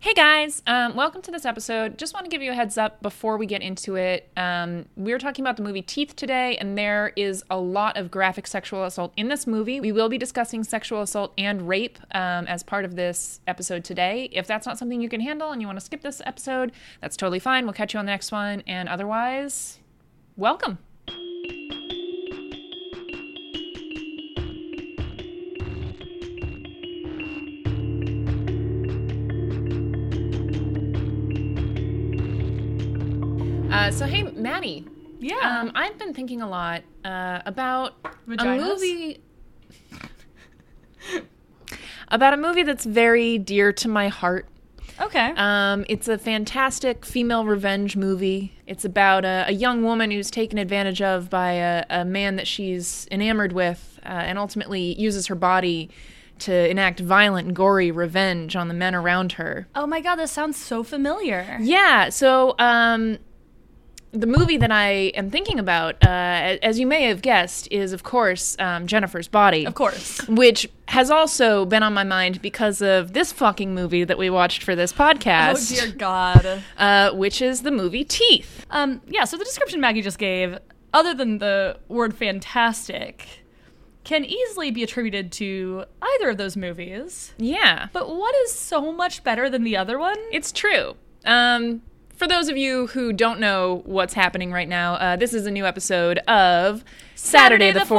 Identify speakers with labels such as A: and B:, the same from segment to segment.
A: Hey guys, um, welcome to this episode. Just want to give you a heads up before we get into it. Um, we are talking about the movie Teeth today, and there is a lot of graphic sexual assault in this movie. We will be discussing sexual assault and rape um, as part of this episode today. If that's not something you can handle and you want to skip this episode, that's totally fine. We'll catch you on the next one. And otherwise, welcome. Uh, so, hey, Maddie.
B: Yeah.
A: Um, I've been thinking a lot uh, about
B: Vaginas?
A: a movie. about a movie that's very dear to my heart.
B: okay.
A: Um, it's a fantastic female revenge movie. It's about a, a young woman who's taken advantage of by a, a man that she's enamored with uh, and ultimately uses her body to enact violent, gory revenge on the men around her.
B: oh my god, this sounds so familiar.
A: Yeah. So, um, the movie that I am thinking about, uh, a- as you may have guessed, is of course um, Jennifer's Body.
B: Of course.
A: Which has also been on my mind because of this fucking movie that we watched for this podcast,
B: Oh dear god.
A: uh, which is the movie Teeth.
B: Um yeah, so the description Maggie just gave, other than the word fantastic, can easily be attributed to either of those movies.
A: Yeah,
B: But what is so much better than the other one?
A: it's true. Um, for those of you who don't know what's happening right now, uh, this is a new episode of Saturday,
B: Saturday
A: the
B: the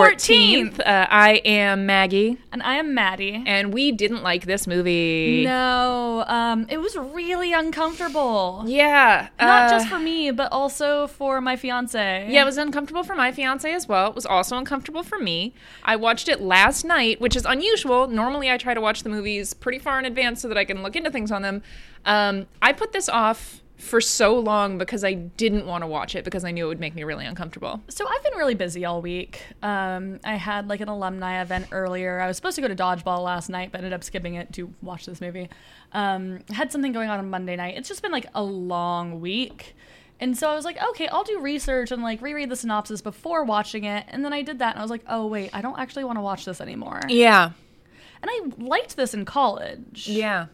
A: 14th. Uh, I am Maggie,
B: And I am Maddie.
A: and we didn't like this movie.
B: No, um, it was really uncomfortable.
A: Yeah.
B: Not
A: uh,
B: just for me, but also for my fiance.
A: Yeah, it was uncomfortable for my fiance as well. It was also uncomfortable for me. I watched it last night, which is unusual. Normally, I try to watch the movies pretty far in advance so that I can look into things on them. Um, I put this off for so long because I didn't want to watch it because I knew it would make me really uncomfortable.
B: So I've been really busy all week. Um, I had like an alumni event earlier. I was supposed to go to dodgeball last night, but ended up skipping it to watch this movie. Um, had something going on on Monday night. It's just been like a long week, and so I was like, okay, I'll do research and like reread the synopsis before watching it. And then I did that, and I was like, oh wait, I don't actually want to watch this anymore.
A: Yeah.
B: And I liked this in college.
A: Yeah.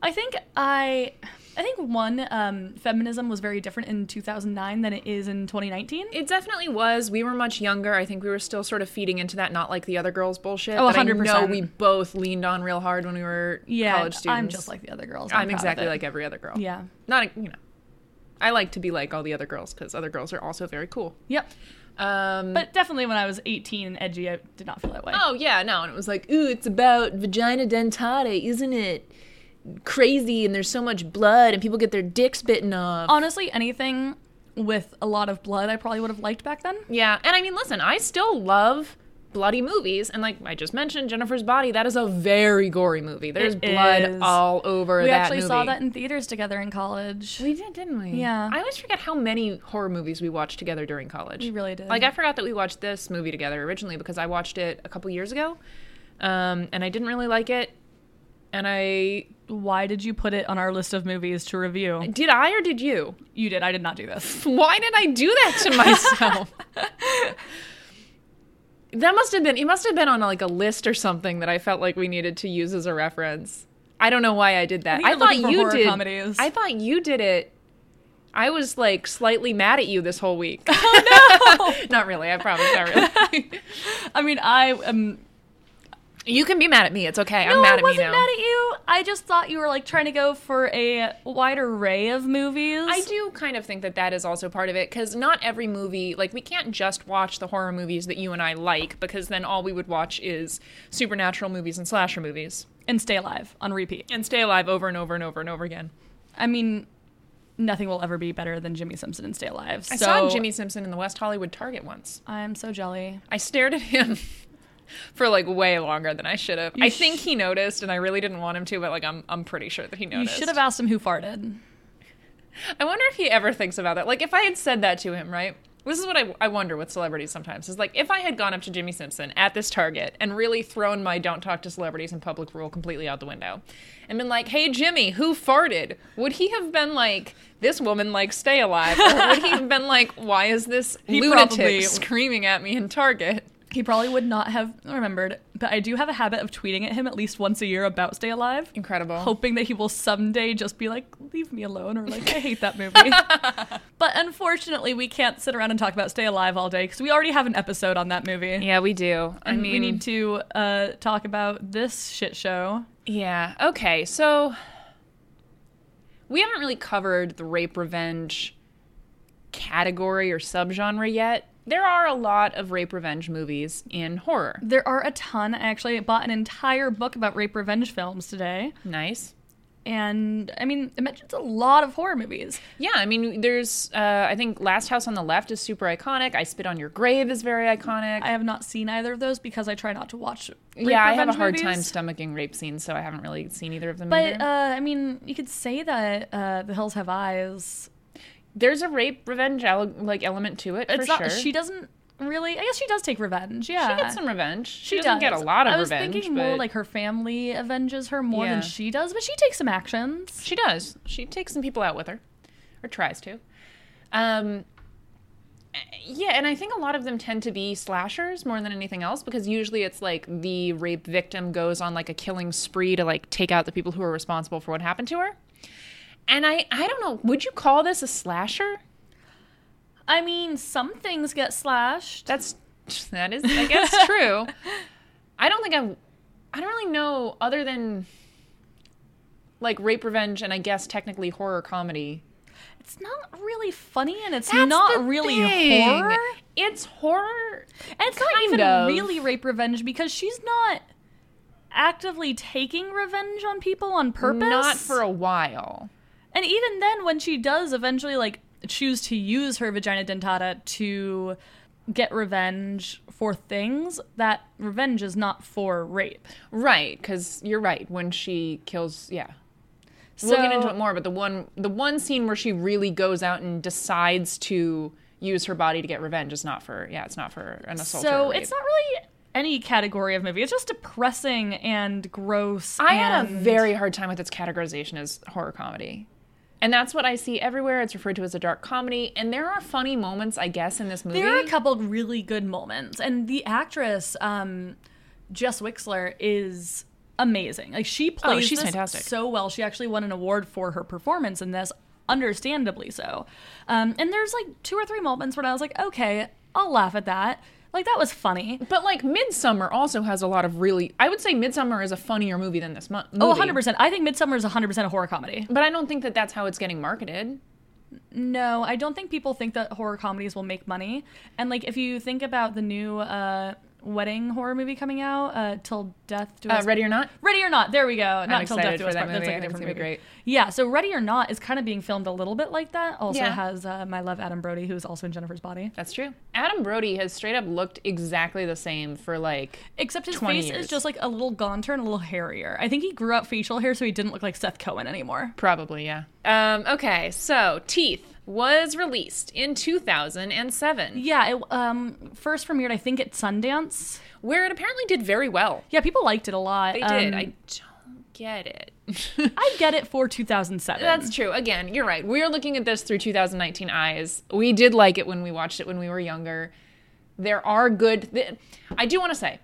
B: I think I, I think one um, feminism was very different in 2009 than it is in 2019.
A: It definitely was. We were much younger. I think we were still sort of feeding into that not like the other girls bullshit.
B: Oh,
A: that I know
B: 100%.
A: we both leaned on real hard when we were college students.
B: I'm just like the other girls.
A: I'm
B: proud of
A: exactly
B: it.
A: like every other girl.
B: Yeah.
A: not you know i like to be like all the other girls because other girls are also very cool
B: Yep.
A: um
B: But definitely when I was 18 and edgy, I did not feel that way.
A: oh yeah no and it was like ooh it's about vagina dentata isn't it crazy and there's so much blood and people get their dicks bitten off
B: Honestly, anything with a lot of blood, I probably would have liked back then.
A: yeah and i mean listen i still love bloody movies and like i just mentioned jennifer's body that is a very gory movie there's
B: It
A: blood
B: is.
A: all over
B: we
A: that
B: actually
A: movie.
B: saw that in theaters together in college.
A: we did, didn't we?
B: Yeah.
A: I always forget how many horror movies we watched together during college.
B: We really did.
A: Like I forgot that we watched this movie together originally because I watched it a couple years ago, um, and I didn't really like it. And I
B: Why did you put it on our list of movies to review?
A: did I or did you?
B: You did. I did not do this.
A: Why did I do that to myself? that must have been it. Must have been on like a list or something that I felt like we needed to use as a reference. I don't know why I did that.
B: think
A: I, thought
B: you're looking for
A: you
B: horror
A: did.
B: comedies.
A: I thought you did it. I was like slightly mad at you this whole week.
B: Oh,
A: not really. I promise. Not really.
B: I mean, I am.
A: You can be mad at me. It's okay.
B: No,
A: I'm mad at
B: I wasn't
A: me now.
B: mad at you. I just thought you were like trying to go for a wide array of movies.
A: I do kind of think that that is also part of it because not every movie, like, we can't just watch the horror movies that you and I like because then all we would watch is supernatural movies and slasher movies
B: And Stay Alive on repeat.
A: and stay alive over and over and over and over again.
B: I mean, nothing will ever be better than Jimmy Simpson and Stay Alive.
A: I saw Jimmy Simpson in the West Hollywood Target once.
B: I'm so jelly.
A: I stared at him for like way longer than I should have. I
B: sh-
A: think he noticed and I really didn't want him to, but like, I'm, I'm pretty sure that he
B: You
A: noticed.
B: should have asked him who farted.
A: I wonder if he ever thinks about that. Like, if I had said that to him, right? This is what I, I wonder with celebrities sometimes is like, if I had gone up to Jimmy Simpson at this Target and really thrown my don't talk to celebrities in public rule completely out the window and been like, hey, Jimmy, who farted? Would he have been like, this woman, like, stay alive? Or would he have been like, why is this
B: He
A: lunatic
B: probably-
A: screaming at me in Target?
B: He probably would not have remembered, but I do have a habit of tweeting at him at least once a year about Stay Alive,
A: Incredible.
B: hoping that he will someday just be like, leave me alone, or like, I hate that movie. but unfortunately, we can't sit around and talk about Stay Alive all day because we already have an episode on that movie.
A: Yeah, we do. I
B: And
A: mean,
B: we need to uh, talk about this shit show.
A: Yeah. Okay. So we haven't really covered the rape revenge category or subgenre yet. There are a lot of rape revenge movies in horror.
B: There are a ton. I actually bought an entire book about rape revenge films today.
A: Nice.
B: And I mean, it mentions a lot of horror movies.
A: Yeah, I mean, there's. Uh, I think Last House on the Left is super iconic. I Spit on Your Grave is very iconic.
B: I have not seen either of those because I try not to watch. rape
A: yeah, I have a
B: revenge
A: hard
B: movies.
A: time stomaching rape scenes, so I haven't really seen either of them.
B: But
A: either.
B: uh, I mean, you could say that uh, The Hills Have Eyes.
A: there's a rape revenge ele- like element to it.
B: It's
A: for
B: not.
A: sure.
B: She doesn't really. I guess she does take revenge. Yeah,
A: She gets some revenge. She, doesn't get a
B: does.
A: lot of
B: I was
A: revenge.
B: thinking
A: but...
B: more like her family avenges her more
A: Yeah.
B: than she does, but she takes some actions.
A: She does. She takes some people out with her, or tries to. Um, yeah, and I think a lot of them tend to be slashers more than anything else because usually it's like the rape victim goes on like a killing spree to like take out the people who are responsible for what happened to her. And I, I don't know. Would you call this a slasher?
B: I mean, some things get slashed.
A: That's that is I guess true. I don't think I I don't really know other than like rape revenge and I guess technically horror comedy.
B: It's not really funny, and it's
A: That's the
B: not really
A: thing.
B: horror.
A: It's horror.
B: And it's not
A: Kind
B: even
A: of.
B: really rape revenge because she's not actively taking revenge on people on purpose.
A: Not for a while.
B: And even then, when she does eventually like choose to use her vagina dentata to get revenge for things, that revenge is not for rape.
A: Right, because you're right. When she kills, yeah,
B: So,
A: we'll get into it more. But the one, the one scene where she really goes out and decides to use her body to get revenge is not for, yeah, it's not for an assault. or a
B: So
A: rape.
B: it's not really any category of movie. It's just depressing and gross.
A: I had a
B: and-
A: very hard time with its categorization as horror comedy. And that's what I see everywhere. It's referred to as a dark comedy. And there are funny moments, I guess, in this movie.
B: There are a couple really good moments, and the actress, um, Jess Wixler, is amazing. Like she plays
A: Oh, she's
B: this
A: fantastic.
B: so well. She actually won an award for her performance in this, understandably so. Um, and there's like two or three moments where I was like, okay, I'll laugh at that. Like that was funny.
A: But like Midsummer also has a lot of really I would say Midsummer is a funnier movie than this mo- movie.
B: Oh, 100%. I think Midsummer is 100% a horror comedy.
A: But I don't think that that's how it's getting marketed.
B: No, I don't think people think that horror comedies will make money. And like if you think about the new uh, wedding horror movie coming out, uh, Till Death Do
A: Uh,
B: Us
A: reready or not?
B: Ready or Not. There we go. Not till
A: excited
B: death do
A: for
B: us
A: that
B: part.
A: movie.
B: That's like
A: I
B: a
A: think it's
B: different
A: gonna be
B: movie.
A: great.
B: Yeah. So Ready or Not is kind of being filmed a little bit like that. Also
A: Yeah.
B: has uh, my love Adam Brody, who's also in Jennifer's Body.
A: That's true. Adam Brody has straight up looked exactly the same for like
B: Except his
A: 20
B: face
A: years.
B: is just like a little gaunter and a little hairier. I think he grew out facial hair, so he didn't look like Seth Cohen anymore.
A: probably, yeah. Um okay, so Teeth was released in 2007
B: Yeah. It um, first premiered, I think, at Sundance.
A: where it apparently did very well.
B: Yeah, people liked it a lot.
A: They did.
B: Um,
A: I don't get it.
B: I get it for 2007.
A: That's true. Again, you're right. We're looking at this through 2019 eyes. We did like it when we watched it when we were younger. There are good. Th- I do want to say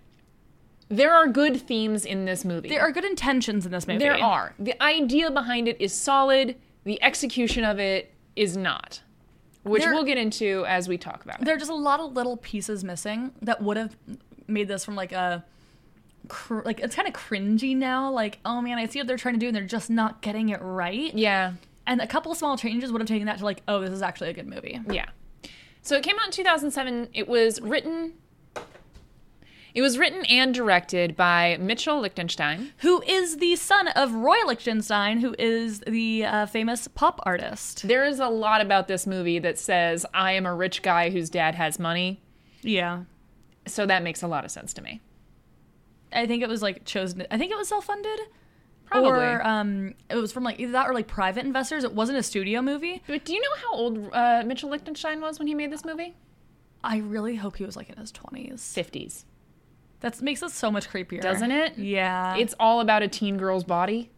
A: there are good themes in this movie.
B: there are good intentions in this movie.
A: There are. The idea behind it is solid. The execution of it is not, which
B: There-
A: we'll get into as we talk about it.
B: there are just a lot of little pieces missing that would have made this from like a cr- like it's kind of cringy now like oh man i see what they're trying to do and they're just not getting it right
A: Yeah,
B: and a couple of small changes would have taken that to like oh this is actually a good movie
A: yeah. So it came out in 2007. It was written. It was written and directed by Mitchell Lichtenstein.
B: who is the son of roy lichtenstein who is the uh, famous pop artist
A: There is a lot about this movie that says, I am a rich guy whose dad has money.
B: yeah
A: So that makes a lot of sense to me.
B: i think it was like chosen i think it was self-funded
A: Probably.
B: or um it was from like either that or like private investors it wasn't a studio movie
A: but do you know how old uh, Mitchell Lichtenstein was when he made this movie?
B: i really hope he was like in his 20s
A: 50s.
B: that makes it so much creepier
A: Doesn't it?
B: Yeah.
A: It's all about a teen girl's body.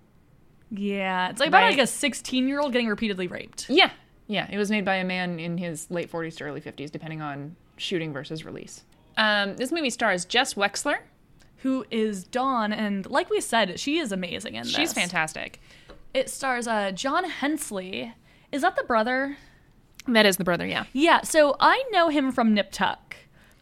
B: yeah. It's like about
A: Right.
B: like a 16 year old getting repeatedly raped.
A: Yeah. Yeah. It was made by a man in his late 40s to early 50s, depending on shooting versus release. Um, this movie stars Jess Wexler.
B: Who is Dawn? And like we said, she is amazing in this.
A: She's fantastic.
B: It stars uh, John Hensley. Is that the brother?
A: That is the brother, yeah.
B: Yeah, so I know him from Nip Tuck,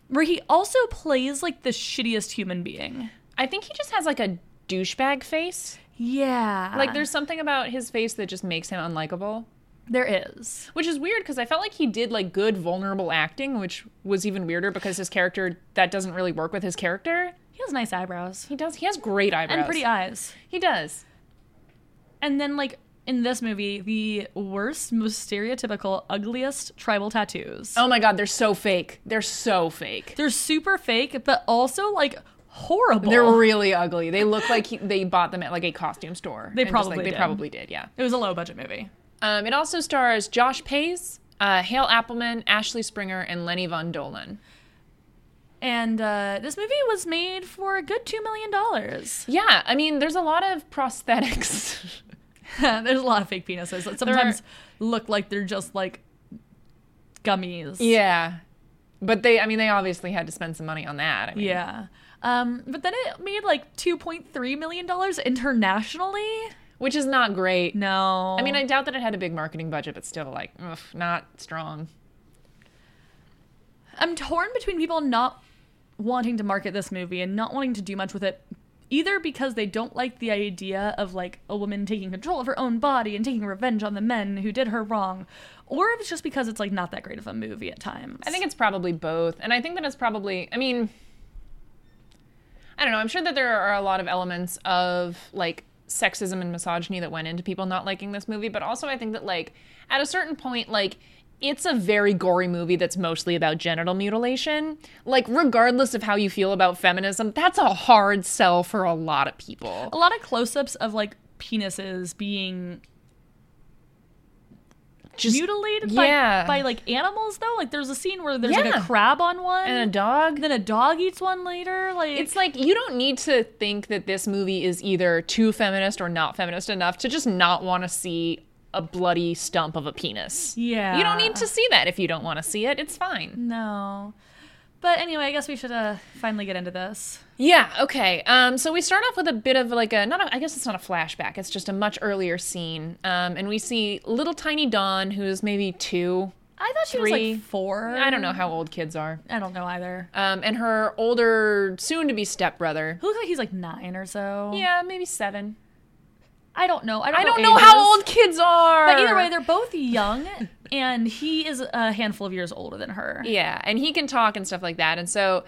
B: where he also plays like the shittiest human being.
A: I think he just has like a douchebag face.
B: Yeah.
A: Like there's something about his face that just makes him unlikable,
B: there is.
A: which is weird because I felt like he did like good vulnerable acting, which was even weirder because his character that doesn't really work with his character.
B: He has nice eyebrows
A: He does. He has great eyebrows.
B: and pretty eyes.
A: He does.
B: And then like in this movie, the worst, most stereotypical, ugliest tribal tattoos.
A: Oh my god, they're so fake. They're so fake.
B: They're super fake, but also like horrible.
A: They're really ugly. They look like he, they bought them at like a costume store.
B: They
A: And just, like,
B: probably
A: they
B: did.
A: probably did. Yeah.
B: it was a low budget movie.
A: Um, it also stars Josh Pays, uh, Hale Appleman, Ashley Springer, and Lenny Von Dolan.
B: And uh, this movie was made for a good $2 million.
A: Yeah, I mean, there's a lot of prosthetics.
B: There's a lot of fake penises that
A: are-
B: sometimes look like they're just like gummies.
A: yeah, but they, I mean, they obviously had to spend some money on that. I mean,
B: Yeah. Um, but then it made like $2.3 million internationally.
A: which is not great.
B: No.
A: I mean, I doubt that it had a big marketing budget, but still, like, ugh, not strong.
B: I'm torn between people not wanting to market this movie and not wanting to do much with it, either because they don't like the idea of like a woman taking control of her own body and taking revenge on the men who did her wrong, or if it's just because it's like not that great of a movie at times.
A: I think it's probably both. And I think that it's probably, I mean, I don't know. I'm sure that there are a lot of elements of like sexism and misogyny that went into people not liking this movie. But also, I think that like at a certain point, like, it's a very gory movie that's mostly about genital mutilation. Like, regardless of how you feel about feminism, that's a hard sell for a lot of people.
B: a lot of close-ups of like penises being
A: Just
B: mutilated
A: yeah.
B: by by like animals though. Like there's a scene where there's like a
A: Yeah.
B: crab on one
A: and a dog.
B: then a dog eats one later. Like
A: It's like you don't need to think that this movie is either too feminist or not feminist enough to just not want to see a bloody stump of a penis.
B: Yeah.
A: You don't need to see that if you don't want to see it. It's fine.
B: no. But anyway, I guess we should uh, finally get into this.
A: Yeah, okay. Um so we start off with a bit of like a not a, I guess it's not a flashback. It's just a much earlier scene. Um and we see little tiny Dawn who is maybe 2.
B: I thought she was
A: Three.
B: like four.
A: I don't know how old kids are.
B: I don't know either.
A: Um and her older soon to be stepbrother.
B: He looks like he's like nine or so.
A: Yeah, maybe 7.
B: I don't know. I don't,
A: I don't
B: know,
A: know how
B: ages.
A: old kids are.
B: But either way, they're both young, and he is a handful of years older than her.
A: Yeah, and he can talk and stuff like that. And so,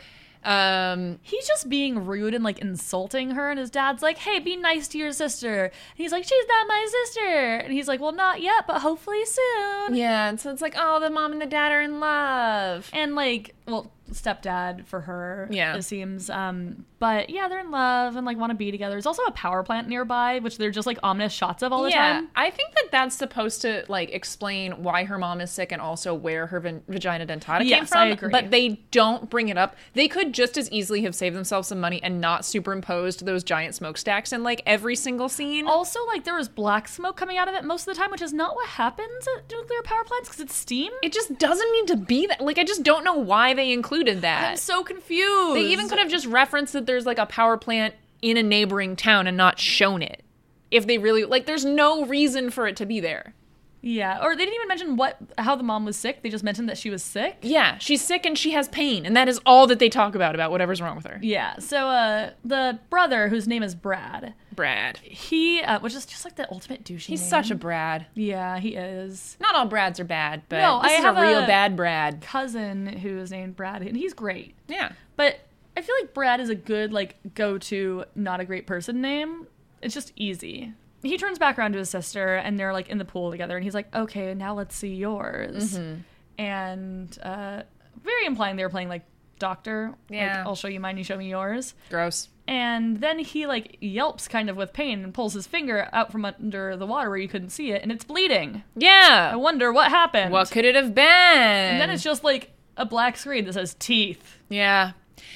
A: um,
B: He's just being rude and like insulting her, and his dad's like, "Hey, be nice to your sister." And he's like, "She's not my sister," and he's like, "Well, not yet, but hopefully soon."
A: yeah, and so it's like, oh, the mom and the dad are in love.
B: and like well stepdad for her
A: Yeah.
B: it seems um but yeah they're in love and like want to be together there's also a power plant nearby which they're just like ominous shots of all the
A: yeah,
B: time
A: I think that that's supposed to like explain why her mom is sick and also where her vin- vagina dentata came
B: Yes,
A: from.
B: I agree.
A: But they don't bring it up. They could just as easily have saved themselves some money and not superimposed those giant smokestacks in like every single scene.
B: also like there was black smoke coming out of it most of the time which is not what happens at nuclear power plants because it's steam
A: it just doesn't need to be that. Like, I just don't know why they included that.
B: i'm so confused
A: They even could have just referenced that there's like a power plant in a neighboring town and not shown it. If they really like, there's no reason for it to be there.
B: yeah or they didn't even mention what how the mom was sick they just mentioned that she was sick
A: Yeah, she's sick and she has pain, and that is all that they talk about about whatever's wrong with her.
B: yeah so uh the brother whose name is brad
A: Brad,
B: he uh, which is just like the ultimate douchey
A: he's
B: name.
A: such a Brad.
B: yeah he is
A: Not all Brads are bad, but
B: No,
A: this
B: I
A: is
B: have
A: a real
B: a-
A: bad Brad.
B: cousin who is named Brad, and he's great.
A: Yeah,
B: But I feel like Brad is a good like go-to, not a great person name. It's just easy. He turns back around to his sister, and they're like in the pool together, and he's like, "Okay, now let's see yours,"
A: Mm-hmm.
B: and uh, very implying they were playing like doctor. like,
A: Yeah.
B: I'll show you mine, you show me yours.
A: gross.
B: And then he like yelps kind of with pain and pulls his finger out from under the water where you couldn't see it, and it's bleeding. I
A: Yeah,
B: wonder what happened.
A: what could it have been?
B: and then it's just like a black screen that says teeth.
A: Yeah.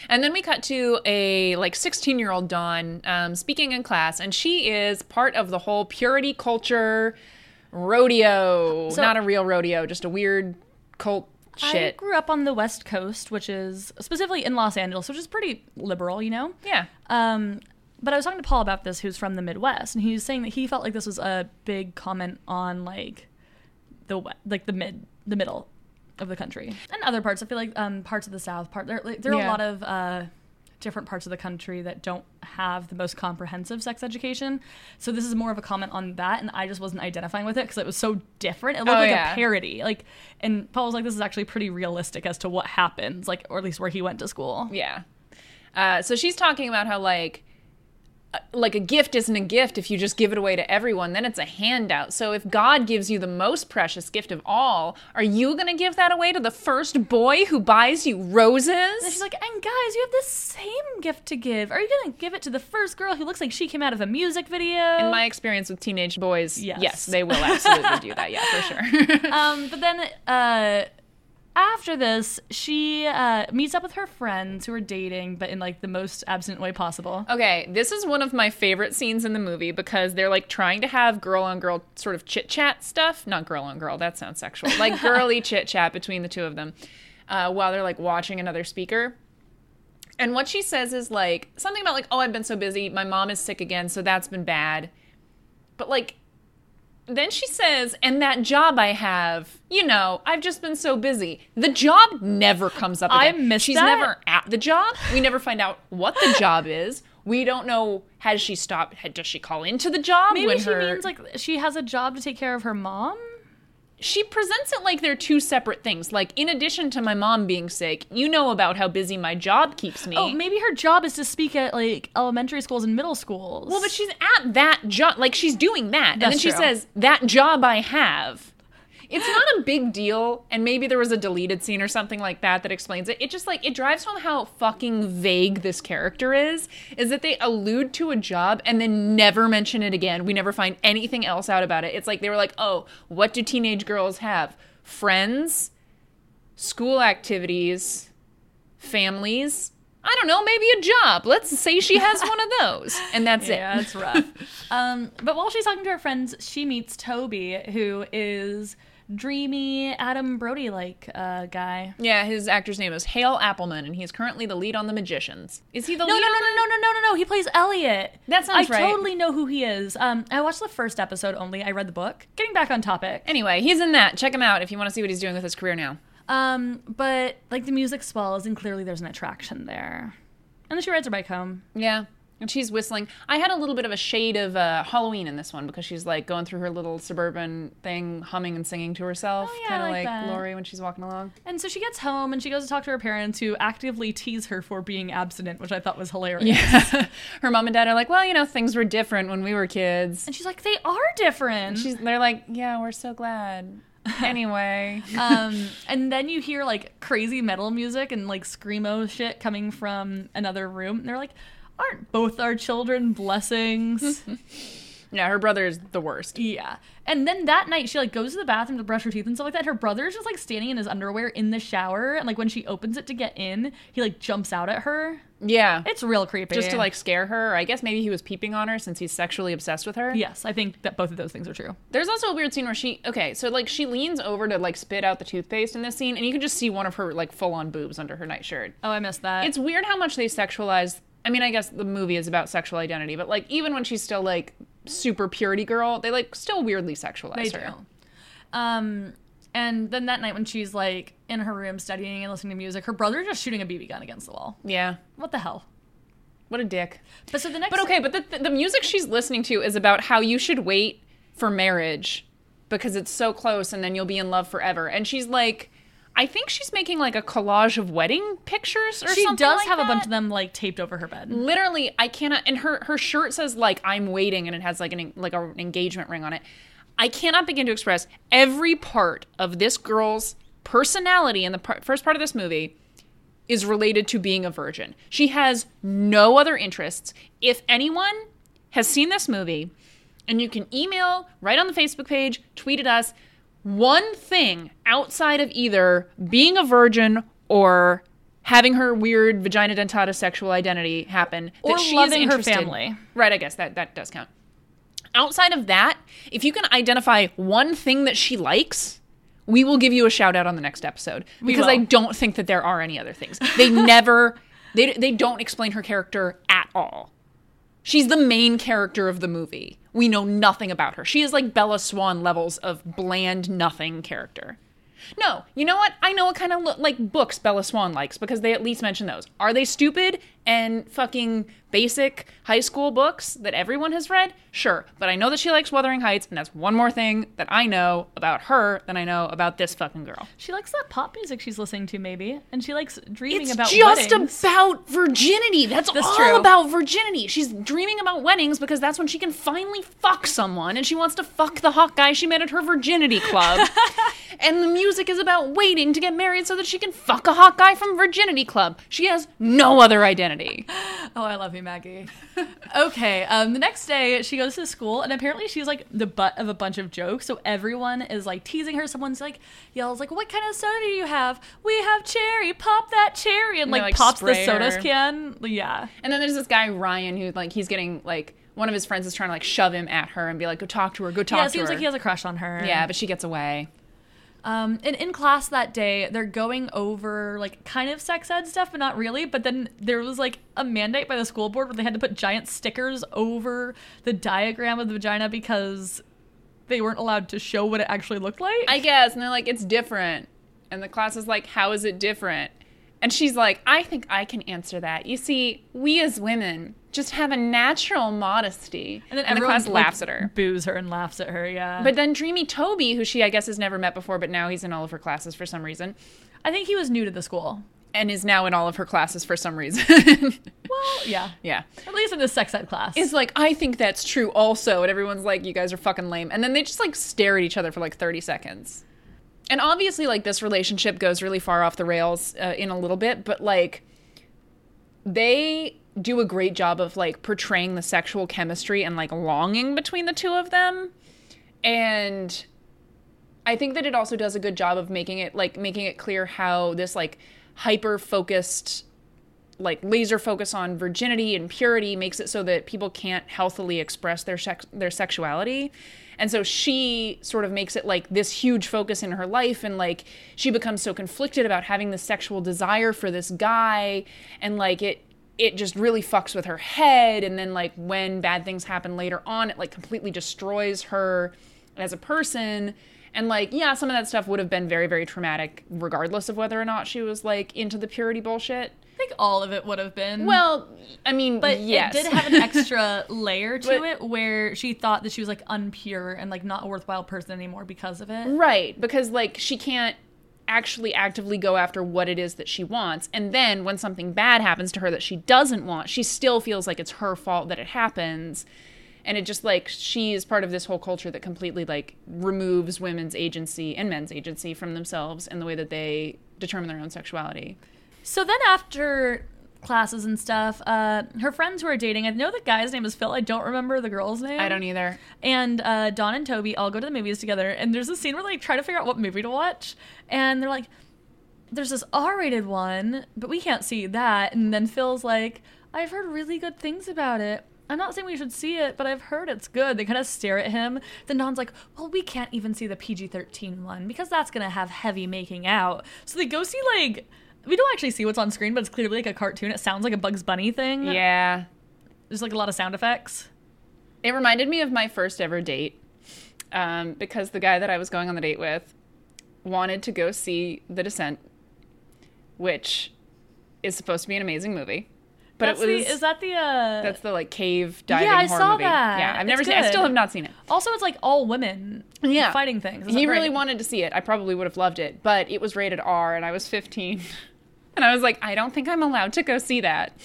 A: And then we cut to a like 16 year old Dawn um, speaking in class, and she is part of the whole purity culture rodeo.
B: So-
A: Not a real rodeo, just a weird cult
B: I
A: shit.
B: grew up on the West Coast, which is specifically in Los Angeles, which is pretty liberal, you know?
A: yeah.
B: Um, but I was talking to Paul about this, who's from the Midwest, and he was saying that he felt like this was a big comment on like the we- like the mid the middle of the country and other parts. I feel like um, parts of the South, part there, like, there are
A: Yeah.
B: a lot of uh, different parts of the country that don't have the most comprehensive sex education. So this is more of a comment on that, and I just wasn't identifying with it because it was so different. It looked
A: Oh,
B: like
A: yeah.
B: a parody. Like, and Paul was like, "This is actually pretty realistic as to what happens, like, or at least where he went to school."
A: Yeah. Uh, so she's talking about how like uh, like a gift isn't a gift if you just give it away to everyone then it's a handout so if god gives you the most precious gift of all are you going to give that away to the first boy who buys you
B: And she's
A: roses
B: like, and guys, you have the same gift to give. Are you gonna give it to the first girl who looks like she came out of a music video?
A: in my experience with teenage boys yes,
B: Yes.
A: they will absolutely do that yeah for sure
B: um, but then uh, after this, she uh, meets up with her friends who are dating, but in like the most absent way possible.
A: Okay, this is one of my favorite scenes in the movie because they're like trying to have girl on girl sort of chit chat stuff. Not girl on girl, that sounds sexual. Like girly chit chat between the two of them uh, while they're like watching another speaker. And what she says is like something about like, oh, I've been so busy. My mom is sick again, so that's been bad. But like, then she says, and that job I have, you know, I've just been so busy. The job never comes up.
B: I
A: Again.
B: missed
A: She's
B: that.
A: never at the job. We never find out what the job is. We don't know. Has she stopped? had- Does she call into the job?
B: Maybe
A: when
B: she
A: her-
B: means like she has a job to take care of her mom.
A: she presents it like they're two separate things. Like in addition to my mom being sick, you know about how busy my job keeps me.
B: Oh, maybe her job is to speak at like elementary schools and middle schools.
A: Well, but she's at that job. Like she's doing that, and
B: That's
A: then she
B: true.
A: says that job I have. It's not a big deal, and maybe there was a deleted scene or something like that that explains it. It just like it drives home how fucking vague this character is. Is that they allude to a job and then never mention it again. We never find anything else out about it. It's like they were like, "Oh, what do teenage girls have? Friends, school activities, families." I don't know, maybe a job. Let's say she has one of those. And that's it.
B: yeah, it's rough. um, but while she's talking to her friends, she meets Toby, who is dreamy Adam Brody like uh, guy.
A: Yeah, his actor's name is Hale Appleman, and he's currently the lead on The Magicians. Is he the
B: No,
A: lead?
B: no, no, no, no, no, no, no. He plays Elliot.
A: That sounds
B: I
A: right.
B: totally know who he is. Um, I watched the first episode only. I read the book. Getting back on topic.
A: Anyway, he's in that. Check him out if you want to see what he's doing with his career now.
B: Um, but like the music swells, and clearly there's an attraction there. And then she rides her bike home.
A: Yeah. And she's whistling. I had a little bit of a shade of uh, Halloween in this one because she's like going through her little suburban thing, humming and singing to herself,
B: Oh, yeah, I
A: kind of like,
B: like that.
A: Lori when she's walking along.
B: And so she gets home and she goes to talk to her parents, who actively tease her for being abstinent, which I thought was hilarious.
A: Yeah. her mom and dad are like, well, you know, things were different when we were kids.
B: And she's like, "They are different."
A: She's, they're like, yeah, we're so glad. Anyway.
B: um, and then you hear like crazy metal music and like screamo shit coming from another room. And they're like, "Aren't both our children blessings?"
A: yeah, her brother's the worst.
B: yeah. And then that night, she like goes to the bathroom to brush her teeth and stuff like that. Her brother's just like standing in his underwear in the shower, and like when she opens it to get in, he like jumps out at her.
A: Yeah.
B: It's real creepy.
A: just to like scare her. Or I guess maybe he was peeping on her since he's sexually obsessed with her.
B: Yes, I think that both of those things are true.
A: There's also a weird scene where she okay, so like she leans over to like spit out the toothpaste in this scene, and you can just see one of her like full on boobs under her nightshirt.
B: Oh, I missed that.
A: It's weird how much they sexualize. I mean, I guess the movie is about sexual identity, but like even when she's still like super purity girl, they like still weirdly sexualize
B: They
A: her.
B: do. Um, and then that night when she's like in her room studying and listening to music, her brother's just shooting a BB gun against the wall.
A: Yeah.
B: What the hell?
A: What a dick.
B: But so the next,
A: But okay, but the, the, the music she's listening to is about how you should wait for marriage because it's so close and then you'll be in love forever. And she's like, I think she's making like a collage of wedding pictures or
B: she
A: something.
B: does
A: like
B: have a bunch
A: that.
B: of them like taped over her bed.
A: Literally, I cannot. And her, her shirt says like I'm waiting, and it has like an like an engagement ring on it. I cannot begin to express every part of this girl's personality in the par- first part of this movie is related to being a virgin. She has no other interests. If anyone has seen this movie, and you can email right on the Facebook page, tweet at us one thing outside of either being a virgin or having her weird vagina dentata sexual identity happen
B: Or
A: that she
B: loving
A: is
B: her
A: interested-
B: family.
A: Right, I guess that that does count. Outside of that, if you can identify one thing that she likes, we will give you a shout out on the next episode because I
B: will.
A: don't think that there are any other things. They never they they don't explain her character at all. She's the main character of the movie. We know nothing about her. She is like Bella Swan levels of bland nothing character. No, you know what? I know what kind of lo- like books Bella Swan likes because they at least mention those. Are they stupid and fucking basic high school books that everyone has read? Sure, but I know that she likes Wuthering Heights, and that's one more thing that I know about her than I know about this fucking girl.
B: She likes that pop music she's listening to, maybe, and she likes dreaming
A: It's
B: about
A: just
B: weddings.
A: about virginity. That's,
B: That's
A: all
B: true.
A: about virginity. She's dreaming about weddings because that's when she can finally fuck someone, and she wants to fuck the hot guy she met at her virginity club. and the music is about waiting to get married so that she can fuck a hot guy from virginity club. She has no other identity.
B: oh, I love you, Maggie. okay. Um, the next day, she goes to school, and apparently, she's like the butt of a bunch of jokes. So everyone is like teasing her. Someone's like yells like, "What kind of soda do you have? We have cherry. Pop that cherry!" And
A: they,
B: like,
A: like,
B: pops the
A: spray
B: soda
A: her.
B: can. Yeah.
A: And then there's this guy Ryan who like he's getting like one of his friends is trying to like shove him at her and be like, "Go talk to her. Go talk
B: Yeah.
A: to
B: It seems
A: her."
B: like he has a crush on her.
A: yeah, but she gets away.
B: Um, and in class that day, they're going over like kind of sex ed stuff, but not really. But then there was like a mandate by the school board where they had to put giant stickers over the diagram of the vagina because they weren't allowed to show what it actually looked like.
A: I guess. And they're like, it's different. And the class is like, how is it different? And she's like, I think I can answer that. You see, we as women just have a natural modesty. And then the
B: everyone,
A: class
B: like,
A: laughs at her.
B: boos her, and laughs at her. Yeah,
A: But then Dreamy Toby, who she I guess has never met before, but now he's in all of her classes for some reason,
B: I think he was new to the school.
A: and is now in all of her classes for some reason.
B: Well, yeah,
A: yeah.
B: at least in the sex ed class.
A: Is like, I think that's true also. And everyone's like, you guys are fucking lame. And then they just like stare at each other for like 30 seconds. And obviously, like, this relationship goes really far off the rails uh, in a little bit, but like, they do a great job of like portraying the sexual chemistry and like longing between the two of them. And I think that it also does a good job of making it like making it clear how this like hyper focused like laser focus on virginity and purity makes it so that people can't healthily express their sex- their sexuality. And so she sort of makes it like this huge focus in her life and like she becomes so conflicted about having this sexual desire for this guy and like it it just really fucks with her head and then like when bad things happen later on it like completely destroys her as a person and like yeah some of that stuff would have been very very traumatic regardless of whether or not she was like into the purity bullshit
B: I think all of it would have been
A: well, I mean,
B: But
A: yes.
B: it did have an extra layer to
A: But-
B: it where she thought that she was like unpure and like not a worthwhile person anymore because of it.
A: right, because like she can't actually actively go after what it is that she wants. And then when something bad happens to her that she doesn't want, she still feels like it's her fault that it happens. And it just like she is part of this whole culture that completely like removes women's agency and men's agency from themselves and the way that they determine their own sexuality.
B: So then after classes and stuff, uh, her friends who are dating, I know the guy's name is Phil, I don't remember the girl's name.
A: I don't either.
B: And uh, Don and Toby all go to the movies together, and there's a scene where they try to figure out what movie to watch, and they're like, "There's this R-rated one, but we can't see that." And then Phil's like, "I've heard really good things about it. I'm not saying we should see it, but I've heard it's good." They kind of stare at him. Then Don's like, "Well, we can't even see the PG-13 one because that's gonna have heavy making out." So they go see like. We don't actually see what's on screen, but it's clearly like a cartoon. It sounds like a Bugs Bunny thing.
A: Yeah.
B: There's like a lot of sound effects.
A: It reminded me of my first ever date um, because the guy that I was going on the date with wanted to go see The Descent, which is supposed to be an amazing movie. But
B: that's
A: it was
B: the, is that the uh
A: that's the like cave diving
B: Yeah, I
A: horror
B: saw
A: movie.
B: that.
A: Yeah, I've
B: It's
A: never seen. I still
B: good.
A: have not seen it.
B: Also, it's like all women
A: Yeah.
B: fighting things. Isn't
A: He
B: that
A: really
B: great?
A: wanted to see it. I probably would have loved it, but it was rated R, and I was 15, and I was like, I don't think I'm allowed to go see that.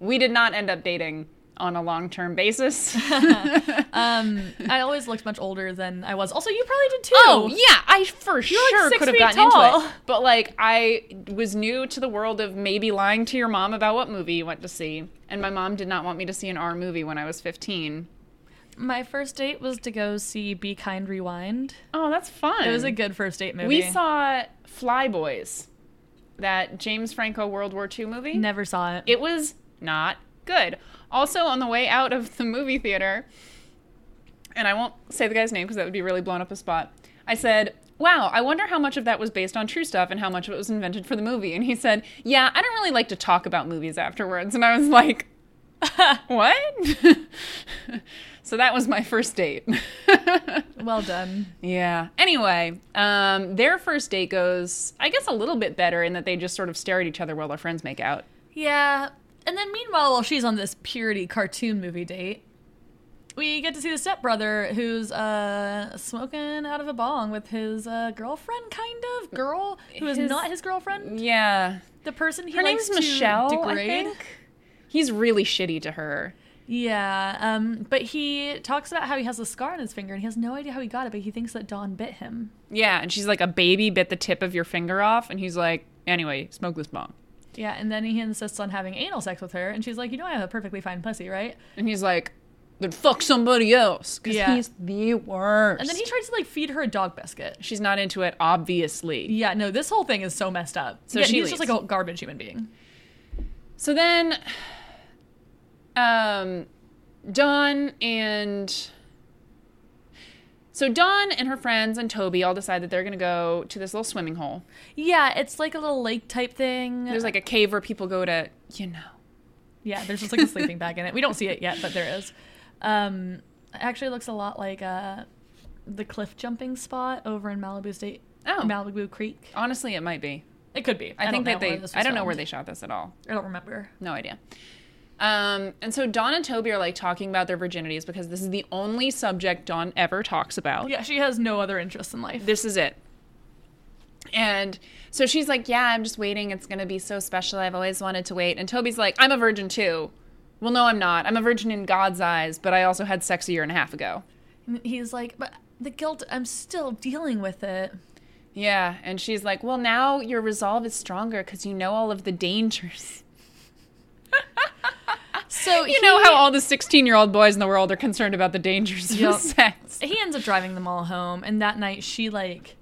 A: We did not end up dating on a long-term basis.
B: Um, I always looked much older than I was. Also, you probably did too.
A: Oh yeah, I for sure
B: six
A: could have
B: feet
A: gotten
B: tall.
A: into it. But like I was new to the world of maybe lying to your mom about what movie you went to see. And my mom did not want me to see an R movie when I was 15.
B: My first date was to go see Be Kind Rewind.
A: Oh, that's fun.
B: It was a good first date movie.
A: We saw Fly Boys, that James Franco World War II movie.
B: Never saw it.
A: It was not good. Also, on the way out of the movie theater, and I won't say the guy's name because that would be really blown up a spot. I said, Wow, I wonder how much of that was based on true stuff and how much of it was invented for the movie. And he said, Yeah, I don't really like to talk about movies afterwards. And I was like, What? so that was my first date.
B: Well done.
A: Yeah. Anyway, um, their first date goes, I guess, a little bit better in that they just sort of stare at each other while their friends make out.
B: Yeah. And then meanwhile, while she's on this purity cartoon movie date, we get to see the stepbrother who's uh, smoking out of a bong with his uh, girlfriend, kind of girl who is
A: His-
B: not his girlfriend.
A: Yeah.
B: The person he
A: Her name's
B: likes to
A: Michelle.
B: degrade.
A: I think. He's really shitty to her.
B: Yeah, um, but he talks about how he has a scar on his finger and he has no idea how he got it, but he thinks that Dawn bit him.
A: Yeah. And she's like, a baby bit the tip of your finger off. And he's like, anyway, smoke this bomb.
B: Yeah, and then he insists on having anal sex with her, and she's like, "You know, I have a perfectly fine pussy, right?"
A: And he's like, then fuck somebody else. Because
B: Yeah.
A: he's the worst.
B: And then he tries to like feed her a dog biscuit.
A: She's not into it, obviously.
B: Yeah, no, this whole thing is so messed up.
A: So
B: yeah,
A: she
B: he's just
A: leaves.
B: like a garbage human being.
A: So then, um, Dawn and so Dawn and her friends and Toby all decide that they're going to go to this little swimming hole.
B: Yeah, it's like a little lake type thing.
A: There's like a cave where people go to, you know.
B: yeah, there's just like a sleeping bag in it. We don't see it yet, but there is. Um, it actually looks a lot like uh, the cliff jumping spot over in Malibu State,
A: Oh,
B: Malibu Creek.
A: honestly, it might be.
B: It could be.
A: I, think
B: don't
A: that
B: know where
A: they.
B: this was
A: I don't know where
B: filmed.
A: they shot this at all.
B: I don't remember.
A: No idea. Um, and so Dawn and Toby are like talking about their virginities because this is the only subject Dawn ever talks about.
B: Yeah, she has no other interests in life.
A: this is it. And so she's like, Yeah, I'm just waiting. It's going to be so special. I've always wanted to wait. And Toby's like, I'm a virgin too. Well, no, I'm not. I'm a virgin in God's eyes, but I also had sex a year and a half ago.
B: And He's like, but the guilt, I'm still dealing with it.
A: Yeah. And she's like, Well, now your resolve is stronger because you know all of the dangers.
B: So
A: Oh, You know how all the 16 year old boys in the world are concerned about the dangers
B: Yup.
A: of sex.
B: he ends up driving them all home, and that night she like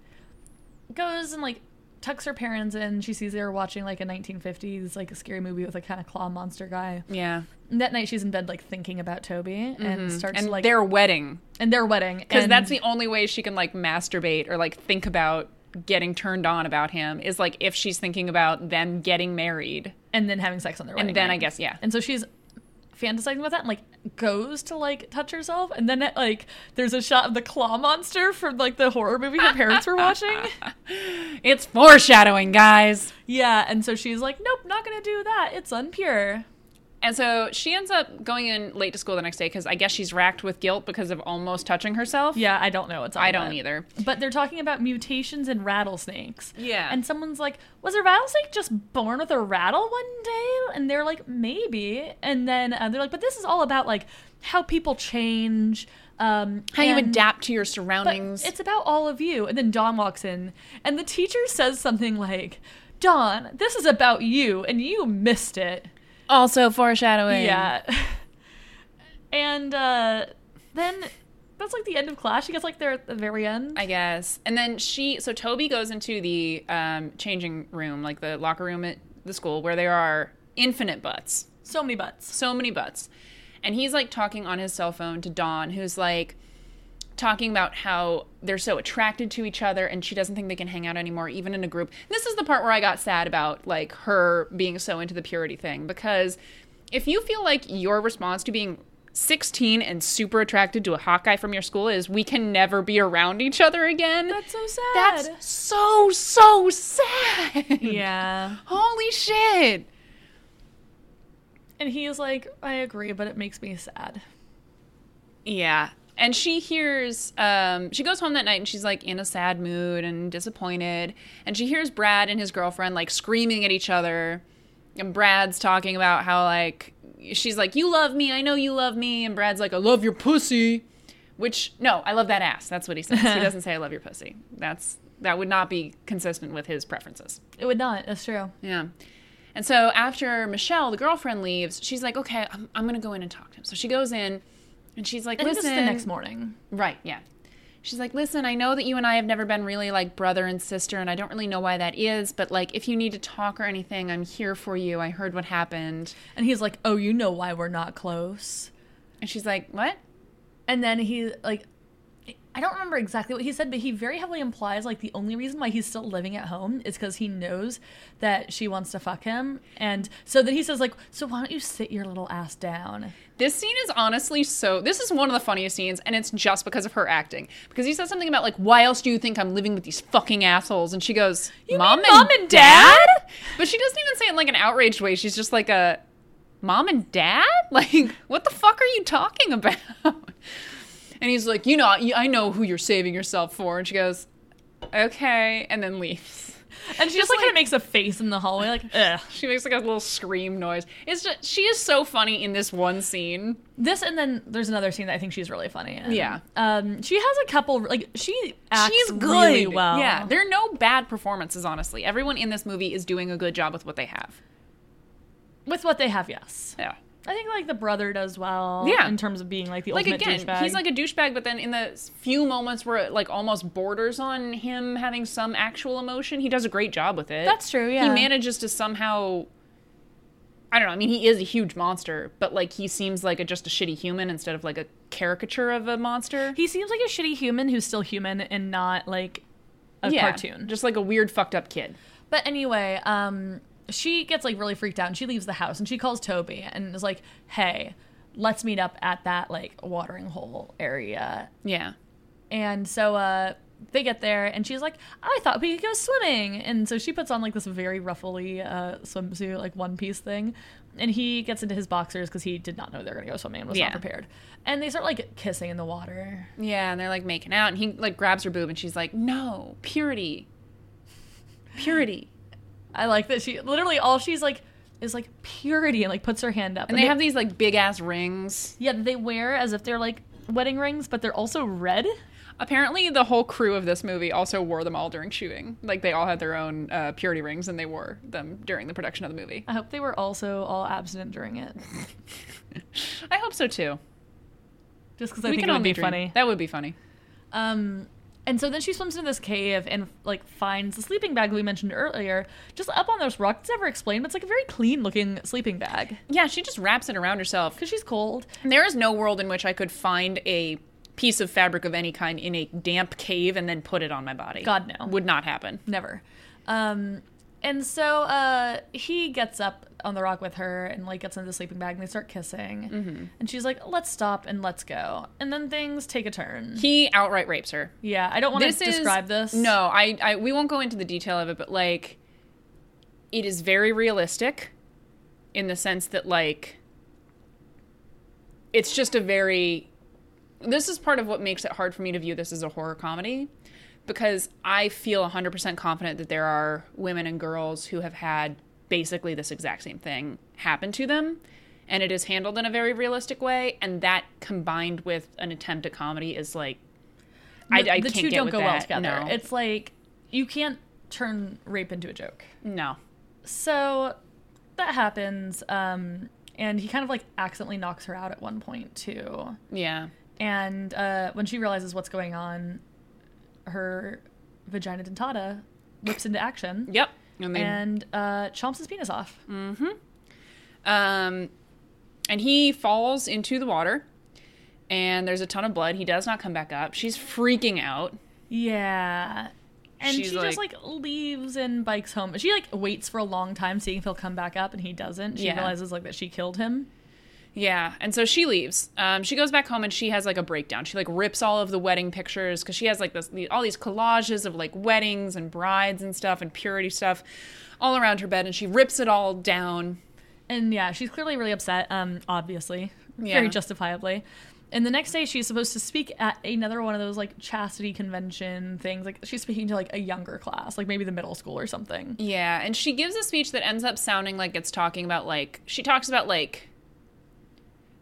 B: goes and like tucks her parents in. She sees they're watching like a 1950s like a scary movie with a kind of claw monster guy.
A: Yeah.
B: And that night she's in bed like thinking about Toby and starts
A: Mm-hmm. And
B: like
A: their wedding.
B: and their wedding
A: Because
B: and-
A: that's the only way she can like masturbate or like think about getting turned on about him is like if she's thinking about them getting married.
B: and then having sex on their wedding.
A: And then
B: night.
A: I guess, yeah.
B: And so she's fantasizing about that and like goes to like touch herself and then it, like there's a shot of the claw monster from like the horror movie her parents were watching.
A: It's foreshadowing, guys.
B: Yeah, and so she's like, "Nope, not going to do that. It's unpure."
A: And so she ends up going in late to school the next day because I guess she's racked with guilt because of almost touching herself.
B: Yeah, I don't know what's up
A: I
B: with
A: don't
B: it.
A: either.
B: But they're talking about mutations in rattlesnakes.
A: Yeah.
B: And someone's like, "Was a rattlesnake just born with a rattle one day?" And they're like, "Maybe." And then uh, they're like, "But this is all about like how people change um
A: How you
B: and-
A: adapt to your
B: But
A: surroundings.
B: it's about all of you. And then Dawn walks in, and the teacher says something like, Dawn, this is about you, and you missed it.
A: also foreshadowing.
B: Yeah. and uh, then that's like the end of class. She gets like there at the very end.
A: I guess. And then she, so Toby goes into the um, changing room, like the locker room at the school where there are infinite butts.
B: so many butts.
A: so many butts. And he's like talking on his cell phone to Dawn, who's like talking about how they're so attracted to each other and she doesn't think they can hang out anymore, even in a group. This is the part where I got sad about like her being so into the purity thing because if you feel like your response to being 16 and super attracted to a hot guy from your school is we can never be around each other again.
B: That's so sad.
A: That's so, so sad.
B: yeah.
A: Holy shit.
B: And he is like, I agree, but it makes me sad.
A: Yeah. And she hears, um, she goes home that night and she's like in a sad mood and disappointed. And she hears Brad and his girlfriend like screaming at each other. And Brad's talking about how, like, she's like, You love me. I know you love me. And Brad's like, I love your pussy. Which, no, I love that ass. That's what he says. he doesn't say, I love your pussy. That's, that would not be consistent with his preferences.
B: It would not. That's true.
A: Yeah. And so after Michelle, the girlfriend, leaves, she's like, okay, I'm, I'm going to go in and talk to him. So she goes in and she's like,
B: I think this
A: listen.
B: is the next morning.
A: Right, yeah. She's like, listen, I know that you and I have never been really like brother and sister, and I don't really know why that is, but like, if you need to talk or anything, I'm here for you. I heard what happened.
B: And he's like, Oh, you know why we're not close.
A: And she's like, what?
B: And then he like I don't remember exactly what he said, but he very heavily implies like the only reason why he's still living at home is because he knows that she wants to fuck him, and so then he says like, "So why don't you sit your little ass down?"
A: This scene is honestly so. This is one of the funniest scenes, and it's just because of her acting. Because he says something about like, "Why else do you think I'm living with these fucking assholes?" And she goes,
B: You
A: "Mom
B: mean
A: and
B: mom and dad?"
A: But she doesn't even say it in like an outraged way. She's just like a, "Mom and dad? Like, what the fuck are you talking about?" And he's like, "You know, I know who you're saving yourself for." And she goes, "Okay," and then leaves.
B: And she just, like, kind of makes a face in the hallway, like, "Ugh."
A: She makes like a little scream noise. It's just she is so funny in this one scene.
B: This and then there's another scene that I think she's really funny in.
A: Yeah.
B: Um, she has a couple like she acts
A: She's good.
B: really well.
A: Yeah, there are no bad performances. Honestly, everyone in this movie is doing a good job with what they have.
B: with what they have, yes.
A: Yeah.
B: I think like the brother does well.
A: Yeah.
B: In terms of being like the
A: Like
B: ultimate
A: again,
B: douchebag.
A: he's like a douchebag, but then in the few moments where it like almost borders on him having some actual emotion, he does a great job with it.
B: That's true,
A: He
B: yeah.
A: manages to somehow. I don't know. I mean, he is a huge monster, but like he seems like a, just a shitty human instead of like a caricature of a monster.
B: he seems like a shitty human who's still human and not like a cartoon.
A: just like a weird fucked up kid.
B: But anyway, um, she gets like really freaked out and she leaves the house and she calls Toby and is like, "Hey, let's meet up at that like watering hole area."
A: Yeah.
B: And so uh, they get there, and she's like, "I thought we could go swimming." And so she puts on like this very ruffly uh, swimsuit, like one piece thing, and he gets into his boxers because he did not know they were gonna go swimming and was
A: Yeah.
B: not prepared. And they start like kissing in the water.
A: Yeah, and they're like making out, and he like grabs her boob, and she's like, "No, purity, purity."
B: I like that she literally all she's like is like purity and like puts her hand up.
A: And they have these like big ass rings.
B: yeah they wear as if they're like wedding rings, but they're also red.
A: Apparently, the whole crew of this movie also wore them all during shooting. Like they all had their own uh, purity rings, and they wore them during the production of the movie.
B: I hope they were also all abstinent during it,
A: I hope so too.
B: just because I think it would be
A: dream.
B: funny.
A: That would be funny.
B: Um, and so then she swims into this cave and like finds the sleeping bag we mentioned earlier, just up on this rock. It's never explained, but it's like a very clean looking sleeping bag
A: Yeah, she just wraps it around herself.
B: because she's cold.
A: There is no world in which I could find a piece of fabric of any kind in a damp cave and then put it on my body.
B: God, no.
A: would not happen.
B: Never. Um, and so uh, he gets up on the rock with her and like gets into the sleeping bag and they start kissing.
A: Mm-hmm.
B: And she's like, "Let's stop and let's go." And then things take a turn.
A: He outright rapes her.
B: yeah, I don't want to describe this.
A: No, I, I we won't go into the detail of it, but like it is very realistic in the sense that like it's just a very this is part of what makes it hard for me to view this as a horror comedy because I feel 100% confident that there are women and girls who have had basically this exact same thing happen to them and it is handled in a very realistic way and that combined with an attempt at comedy is like I, I
B: the
A: can't
B: two
A: get
B: don't
A: with
B: go
A: that.
B: well together.
A: No.
B: It's like you can't turn rape into a joke.
A: No.
B: So that happens. Um, and he kind of like accidentally knocks her out at one point too.
A: Yeah.
B: And uh, when she realizes what's going on, her vagina dentata whips into action
A: Yep. And they,
B: and uh, chomps his penis off.
A: Mm. um, and he falls into the water, and there's a ton of blood. He does not come back up. She's freaking out.
B: Yeah. And
A: She's
B: she just
A: like-
B: like leaves and bikes home. She like waits for a long time seeing if he'll come back up, and he doesn't. She
A: Yeah.
B: realizes like that she killed him.
A: Yeah, and so she leaves. Um, she goes back home and she has like a breakdown. She like rips all of the wedding pictures because she has like this the, all these collages of like weddings and brides and stuff and purity stuff all around her bed, and she rips it all down.
B: And yeah, she's clearly really upset, um, obviously,
A: Yeah.
B: very justifiably. And the next day, she's supposed to speak at another one of those like chastity convention things. Like she's speaking to like a younger class, like maybe the middle school or something.
A: Yeah, and she gives a speech that ends up sounding like it's talking about like she talks about like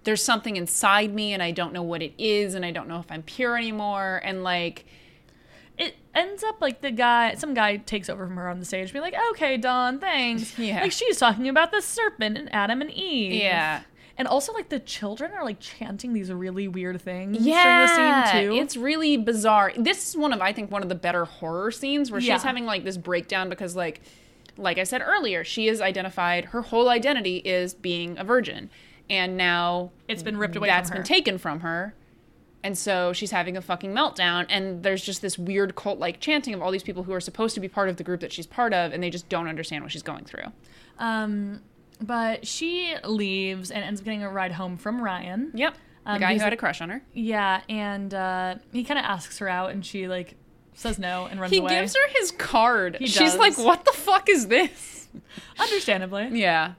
A: there's something inside me and I don't know what it is and I don't know if I'm pure anymore and like
B: It ends up like the guy, some guy takes over from her on the stage, being like, "Okay, Dawn, thanks."
A: Yeah.
B: Like she's talking about the serpent and Adam and Eve.
A: yeah.
B: And also like the children are like chanting these really weird things.
A: Yeah,
B: From the scene too.
A: it's really bizarre. This is one of I think one of the better horror scenes where
B: Yeah.
A: she's having like this breakdown because like like I said earlier, she is identified her whole identity is being a virgin. And now
B: it's been ripped away.
A: That's
B: from her.
A: been taken from her And so she's having a fucking meltdown, and there's just this weird cult like chanting of all these people who are supposed to be part of the group that she's part of, and they just don't understand what she's going through.
B: Um, but she leaves and ends up getting a ride home from Ryan.
A: Yep. The
B: Um,
A: guy who
B: he's
A: had a
B: a-
A: crush on her.
B: Yeah, and uh, he kind of asks her out, and she like says no and runs
A: He
B: away.
A: gives her his card.
B: He
A: She's like,
B: does.
A: what the fuck is this?
B: Understandably.
A: Yeah.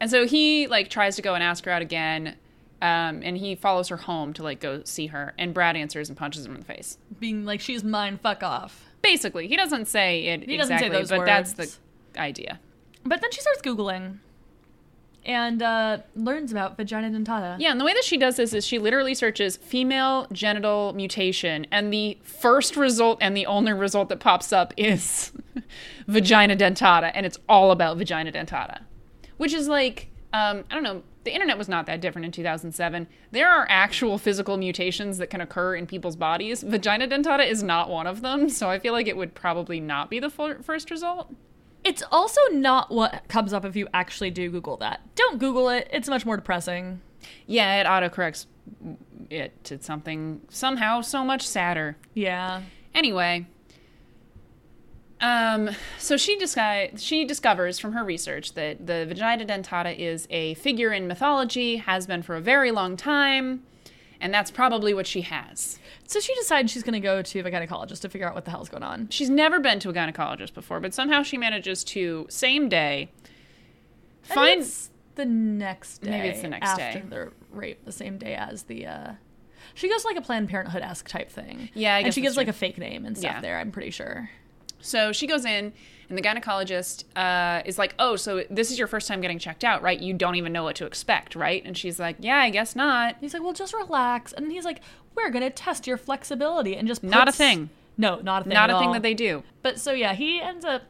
A: And so he like tries to go and ask her out again, um, and he follows her home to like go see her, and Brad answers and punches him in the face.
B: being like she's mine fuck off
A: Basically, he doesn't say it
B: He doesn't say
A: exactly,
B: those
A: but that's
B: words.
A: the idea.
B: but then she starts googling and uh, learns about vagina dentata
A: Yeah, and the way that she does this is she literally searches female genital mutation, and the first result and the only result that pops up is vagina dentata, and it's all about vagina dentata, which is like, um, I don't know, the internet was not that different in 2007. There are actual physical mutations that can occur in people's bodies. Vagina dentata is not one of them, so I feel like it would probably not be the fir- first result.
B: it's also not what comes up if you actually do google that don't google it it's much more depressing
A: Yeah, it autocorrects it to something somehow so much sadder.
B: yeah
A: Anyway, um, so she disgu- she discovers from her research that the vagina dentata is a figure in mythology, has been for a very long time, and that's probably what she has.
B: so she decides she's going to go to a gynecologist to figure out what the hell's going on
A: She's never been to a gynecologist before, but somehow she manages to same day
B: Fine.
A: find
B: the next day
A: Maybe it's the next
B: after
A: day.
B: the rape the same day as the uh she goes to like a planned parenthood-esque type thing
A: Yeah, I guess
B: and she
A: that's
B: gives like
A: true.
B: a fake name and stuff
A: Yeah.
B: there i'm pretty sure
A: So she goes in, and the gynecologist uh, is like, "Oh, so this is your first time getting checked out, right? You don't even know what to expect, right?" And she's like, "Yeah, I guess not."
B: He's like, well, just relax. And he's like, we're gonna test your flexibility and just puts,
A: Not a thing.
B: No, not a thing.
A: Not
B: at
A: a thing
B: all.
A: that they do.
B: But so yeah, he ends up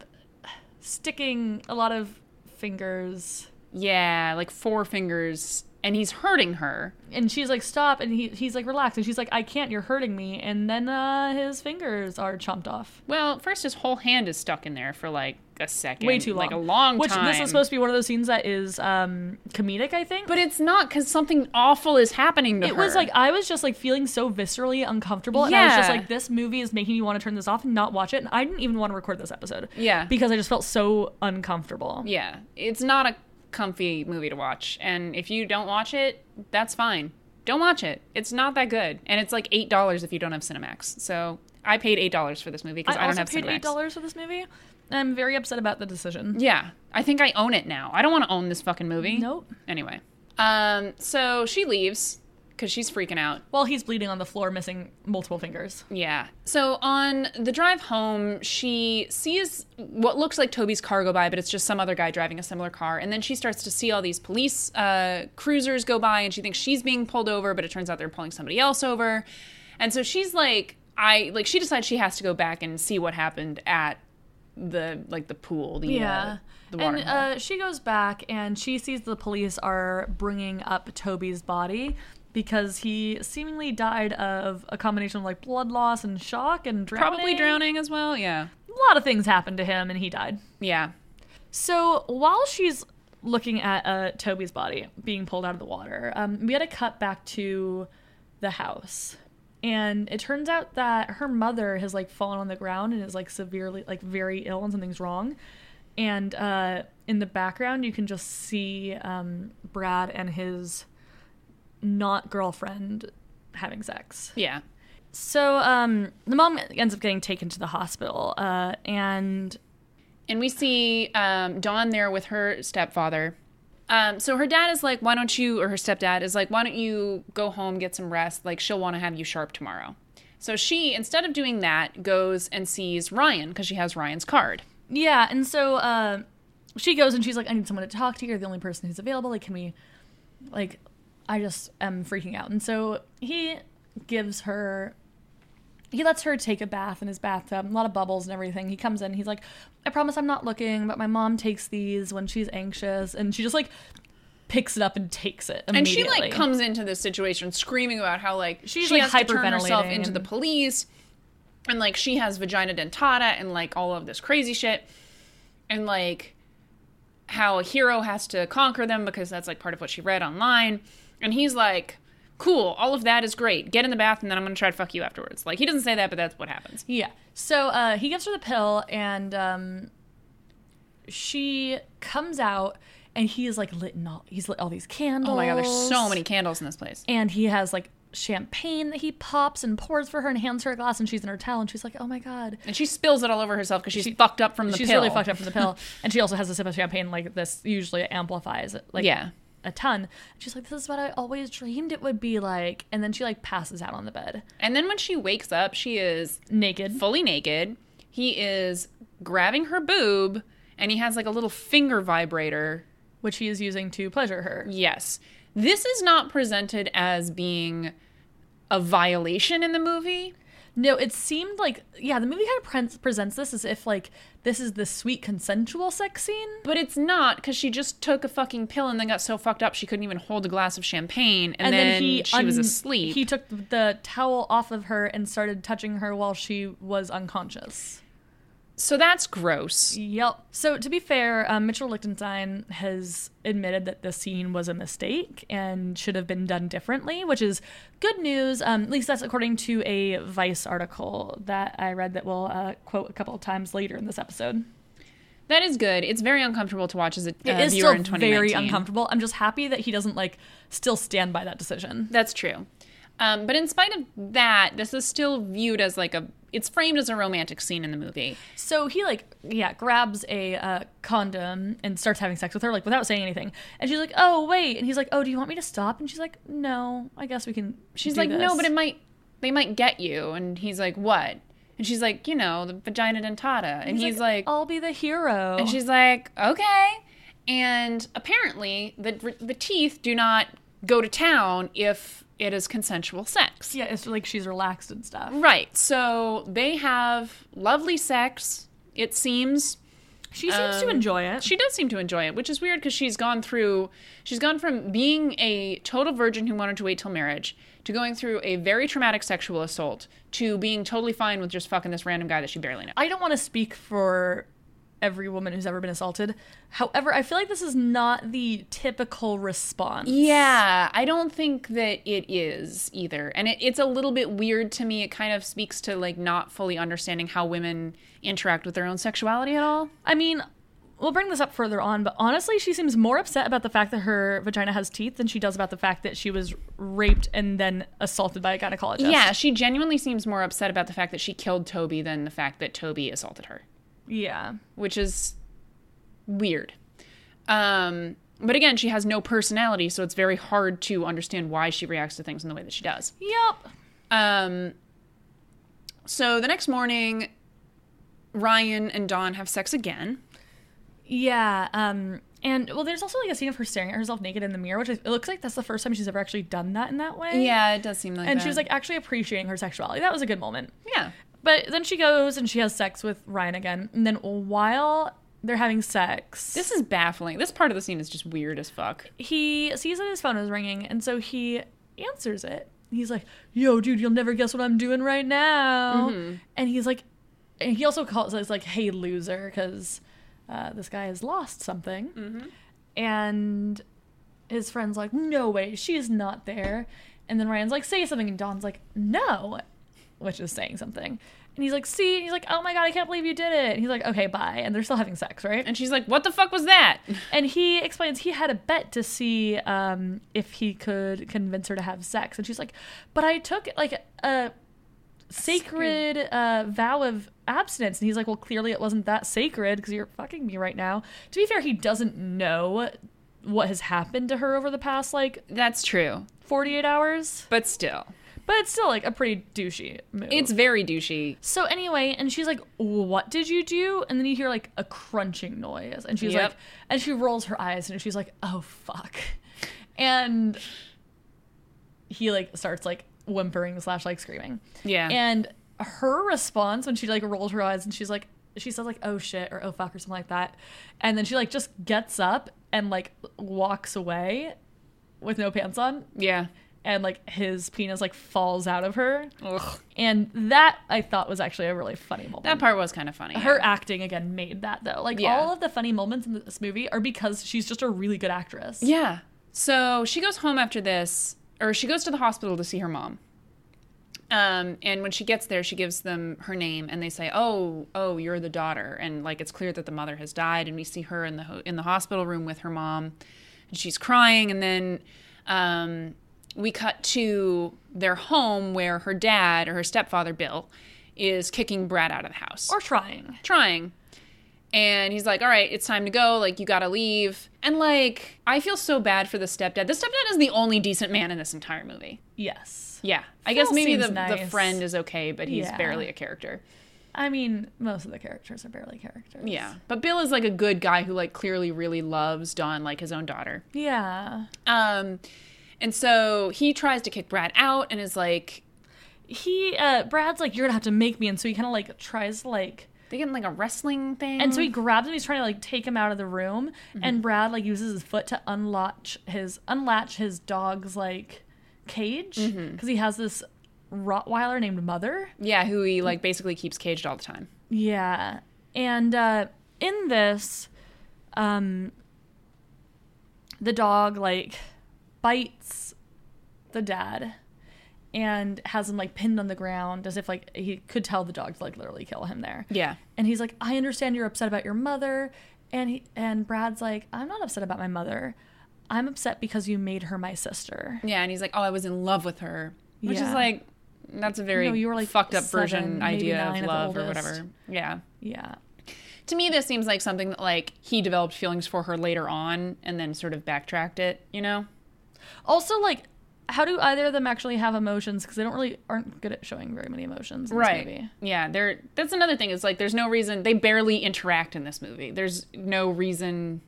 B: sticking a lot of fingers,
A: Yeah, like four fingers, and he's hurting her.
B: and she's like, stop. And he he's like, relax. And she's like, I can't. You're hurting me. And then uh, his fingers are chomped off.
A: Well, first his whole hand is stuck in there for like a second,
B: Way too long.
A: like a long
B: Which
A: time.
B: this was supposed to be one of those scenes that is um, comedic, I think.
A: but it's not because something awful is happening to
B: it
A: her.
B: was like I was just like feeling so viscerally uncomfortable, and I was just
A: Yeah.
B: like, this movie is making me want to turn this off and not watch it. And I didn't even want to record this episode,
A: Yeah.
B: because I just felt so uncomfortable.
A: yeah, it's not a comfy movie to watch, and if you don't watch it, that's fine. Don't watch it. It's not that good, and it's like eight dollars if you don't have Cinemax. So I paid eight dollars for this movie because
B: I,
A: I, don't
B: also
A: have
B: paid
A: Cinemax.
B: eight dollars for this movie, and I'm very upset about the decision.
A: Yeah, I think I own it now. I don't want to own this fucking movie.
B: Nope.
A: Anyway, um, so she leaves because she's freaking out.
B: While he's bleeding on the floor, missing multiple fingers.
A: Yeah. So on the drive home, she sees what looks like Toby's car go by, but it's just some other guy driving a similar car. And then she starts to see all these police uh, cruisers go by, and she thinks she's being pulled over, but it turns out they're pulling somebody else over. And so she's like, I like she decides she has to go back and see what happened at the like the pool, the uh, the water.
B: and
A: hole.
B: uh, she goes back and she sees the police are bringing up Toby's body because he seemingly died of a combination of like blood loss and shock and drowning.
A: Probably drowning as well. Yeah.
B: A lot of things happened to him, and he died.
A: Yeah.
B: So while she's looking at uh, Toby's body being pulled out of the water, um, we had to cut back to the house. And it turns out that her mother has like fallen on the ground and is like severely, like very ill and something's wrong. And uh, in the background, you can just see um, Brad and his not girlfriend having sex.
A: Yeah.
B: So um, the mom ends up getting taken to the hospital. Uh, and
A: And we see um, Dawn there with her stepfather. Um, so her dad is like, why don't you, or her stepdad is like, why don't you go home, get some rest? Like, she'll want to have you sharp tomorrow. So she, instead of doing that, goes and sees Ryan because she has Ryan's card.
B: Yeah, and so uh, she goes and she's like, "I need someone to talk to. You're the only person who's available. Like, can we, like, I just am freaking out." And so he gives her, he lets her take a bath in his bathtub, a lot of bubbles and everything. He comes in, he's like, "I promise I'm not looking, but my mom takes these when she's anxious," and she just like picks it up and takes it
A: And
B: immediately.
A: she, like, comes into this situation screaming about how, like,
B: She's,
A: she has
B: like,
A: to turn herself
B: hyperventilating
A: into the
B: and-
A: police. And, like, she has vagina dentata and, like, all of this crazy shit. And, like, how a hero has to conquer them because that's like part of what she read online. And he's like, cool, all of that is great. Get in the bath and then I'm going to try to fuck you afterwards. Like, he doesn't say that, but that's what happens.
B: Yeah. So uh, he gives her the pill, and um, she comes out, and he is like lit and all he's lit all these candles.
A: Oh my god, there's so many candles in this place.
B: And he has like champagne that he pops and pours for her and hands her a glass, and she's in her towel, and she's like, "Oh my god."
A: And she spills it all over herself because she's fucked up from the
B: She's
A: pill.
B: really fucked up from the pill, and she also has a sip of champagne. Like this usually amplifies it, like
A: Yeah.
B: a ton. And she's like, "This is what I always dreamed it would be like," and then she like passes out on the bed,
A: And then when she wakes up, she is
B: naked.
A: fully naked. He is grabbing her boob and he has like a little finger vibrator.
B: which he is using to pleasure her.
A: Yes. This is not presented as being a violation in the movie.
B: No, it seemed like yeah, the movie kind of pre- presents this as if like this is the sweet consensual sex scene.
A: But it's not because she just took a fucking pill and then got so fucked up she couldn't even hold a glass of champagne, and, then, she was
B: un-
A: asleep.
B: He took the towel off of her and started touching her while she was unconscious.
A: so that's gross.
B: Yep. So to be fair, um, Mitchell Lichtenstein has admitted that the scene was a mistake and should have been done differently, which is good news. Um, at least that's according to a Vice article that I read that we'll uh, quote a couple of times later in this episode.
A: That is good. It's very uncomfortable to watch as a
B: It
A: uh,
B: is
A: viewer in
B: still
A: 2019.
B: very uncomfortable. I'm just happy that he doesn't like still stand by that decision.
A: That's true. Um, but in spite of that, this is still viewed as like a. It's framed as a romantic scene in the movie.
B: So he like yeah grabs a uh, condom and starts having sex with her like without saying anything. And she's like, "Oh wait," and he's like, "Oh, do you want me to stop?" And she's like, "No, I guess we can."
A: She's
B: do
A: like, no,
B: this."
A: but it might. They might get you, and he's like, what? And she's like, you know, the vagina dentata, and he's, like,
B: "I'll be the hero."
A: And she's like, okay. And apparently, the, the teeth do not go to town if it is consensual sex.
B: yeah, it's like she's relaxed and stuff.
A: Right. So they have lovely sex, it seems.
B: She seems to
A: Um,
B: enjoy it.
A: She does seem to enjoy it, which is weird because she's gone through, she's gone from being a total virgin who wanted to wait till marriage to going through a very traumatic sexual assault to being totally fine with just fucking this random guy that she barely knows.
B: I don't want to speak for every woman who's ever been assaulted. However, I feel like this is not the typical response.
A: Yeah, I don't think that it is either. And it, it's a little bit weird to me. It kind of speaks to like not fully understanding how women interact with their own sexuality at all.
B: I mean, we'll bring this up further on, but honestly, she seems more upset about the fact that her vagina has teeth than she does about the fact that she was raped and then assaulted by a gynecologist.
A: Yeah, she genuinely seems more upset about the fact that she killed Toby than the fact that Toby assaulted her,
B: Yeah.
A: which is weird. Um, but again, she has no personality, so it's very hard to understand why she reacts to things in the way that she does.
B: Yep.
A: Um, so the next morning, Ryan and Dawn have sex again.
B: Yeah. Um, and well, there's also like a scene of her staring at herself naked in the mirror, which is, it looks like that's the first time she's ever actually done that in that way.
A: Yeah, it does seem like
B: And
A: that.
B: she was like actually appreciating her sexuality. That was a good moment.
A: yeah.
B: But then she goes and she has sex with Ryan again. And then while they're having sex,
A: This is baffling. This part of the scene is just weird as fuck.
B: he sees that his phone is ringing, and so he answers it. He's like, "Yo, dude, you'll never guess what I'm doing right now." And he's like, and he also calls us like, "Hey, loser," because uh, this guy has lost something. And his friend's like, "No way, she's not there." And then Ryan's like, "Say something," and Don's like, "No," which is saying something. And he's like, "See," and he's like, "Oh my god, I can't believe you did it." And he's like, "Okay, bye." And they're still having sex, right?
A: And she's like, "What the fuck was that?"
B: And he explains he had a bet to see um, if he could convince her to have sex. And she's like, but I took like a sacred uh, vow of abstinence. And he's like, well, clearly it wasn't that sacred because you're fucking me right now. To be fair, he doesn't know what has happened to her over the past like
A: That's true,
B: 48 hours,
A: but still,
B: but it's still like a pretty douchey move.
A: it's very douchey.
B: So anyway, and she's like, "What did you do?" And then you hear like a crunching noise, and she's
A: Yep.
B: like, and she rolls her eyes, and she's like, "Oh fuck," and he like starts like whimpering slash like screaming,
A: Yeah.
B: and her response when she like rolls her eyes and she's like, she says like, "Oh shit" or "Oh fuck" or something like that, and then she like just gets up and like walks away with no pants on,
A: yeah.
B: and like his penis like falls out of her.
A: Ugh.
B: And that I thought was actually a really funny moment.
A: That part was kind of funny.
B: her acting again made that though. Like
A: Yeah.
B: all of the funny moments in this movie are because she's just a really good actress.
A: Yeah. So she goes home after this, or she goes to the hospital to see her mom. Um, and when she gets there, she gives them her name, and they say, "Oh, oh, you're the daughter." And like it's clear that the mother has died, and we see her in the ho- in the hospital room with her mom, and she's crying. And then um, we cut to their home where her dad or her stepfather Bill is kicking Brad out of the house
B: Or trying.
A: trying. And he's like, all right, it's time to go. Like, you gotta leave. And, like, I feel so bad for the stepdad. The stepdad is the only decent man in this entire movie.
B: Yes.
A: Yeah. I
B: Phil
A: guess maybe the,
B: seems
A: the
B: nice.
A: friend is okay, but he's
B: Yeah.
A: barely a character.
B: I mean, most of the characters are barely characters.
A: Yeah. But Bill is, like, a good guy who, like, clearly really loves Dawn, like his own daughter.
B: Yeah.
A: Um, and so he tries to kick Brad out and is like,
B: He, uh, Brad's like, you're gonna have to make me. And so he kind of like tries to like,
A: they get in, like, a wrestling thing.
B: and so he grabs him. He's trying to like take him out of the room.
A: Mm-hmm.
B: And Brad like uses his foot to unlatch his, unlatch his dog's like cage. Cause
A: Mm-hmm.
B: he has this Rottweiler named Mother.
A: Yeah, who he, like, basically keeps caged all the time.
B: Yeah. And uh, in this, um, the dog like bites the dad and has him like pinned on the ground as if like he could tell the dog to like literally kill him there.
A: Yeah.
B: And he's like, I understand you're upset about your mother. And he, and Brad's like, I'm not upset about my mother. I'm upset because you made her my sister.
A: Yeah, and he's like, "Oh, I was in love with her," which is
B: Yeah.
A: like, that's a very
B: No, you were, like,
A: fucked up
B: seven,
A: version
B: maybe
A: idea
B: nine
A: of
B: at the
A: love or
B: oldest.
A: whatever. Yeah,
B: Yeah.
A: to me, this seems like something that like he developed feelings for her later on and then sort of backtracked it. You know?
B: Also, like, how do either of them actually have emotions? Because they don't really aren't good at showing very many emotions. In This movie.
A: Yeah. There. That's another thing. Is like, there's no reason they barely interact in this movie. There's no reason.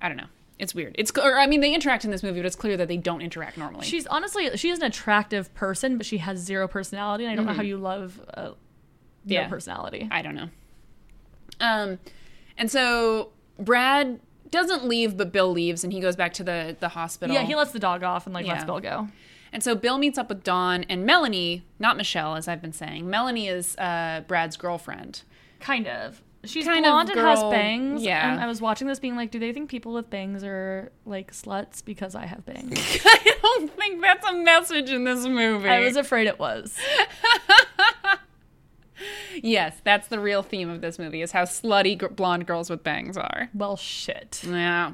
A: I don't know. It's weird. It's or I mean, they interact in this movie, but it's clear that they don't interact normally.
B: She's honestly she is an attractive person, but she has zero personality, and I don't know how you love uh,
A: Mm-hmm. Yeah.
B: no personality.
A: I don't know. Um, and so Brad doesn't leave, but Bill leaves, and he goes back to the the hospital.
B: Yeah, he lets the dog off and like
A: Yeah.
B: lets Bill go.
A: and so Bill meets up with Dawn and Melanie, not Michelle, as I've been saying. Melanie is uh, Brad's girlfriend.
B: Kind of. She's
A: Kind of
B: blonde and has
A: girl-
B: bangs.
A: yeah.
B: And I was watching this being like, do they think people with bangs are like sluts because I have bangs?
A: I don't think that's a message in this movie.
B: I was afraid it was.
A: yes, that's the real theme of this movie is how slutty gr- blonde girls with bangs are.
B: Well, shit.
A: Yeah.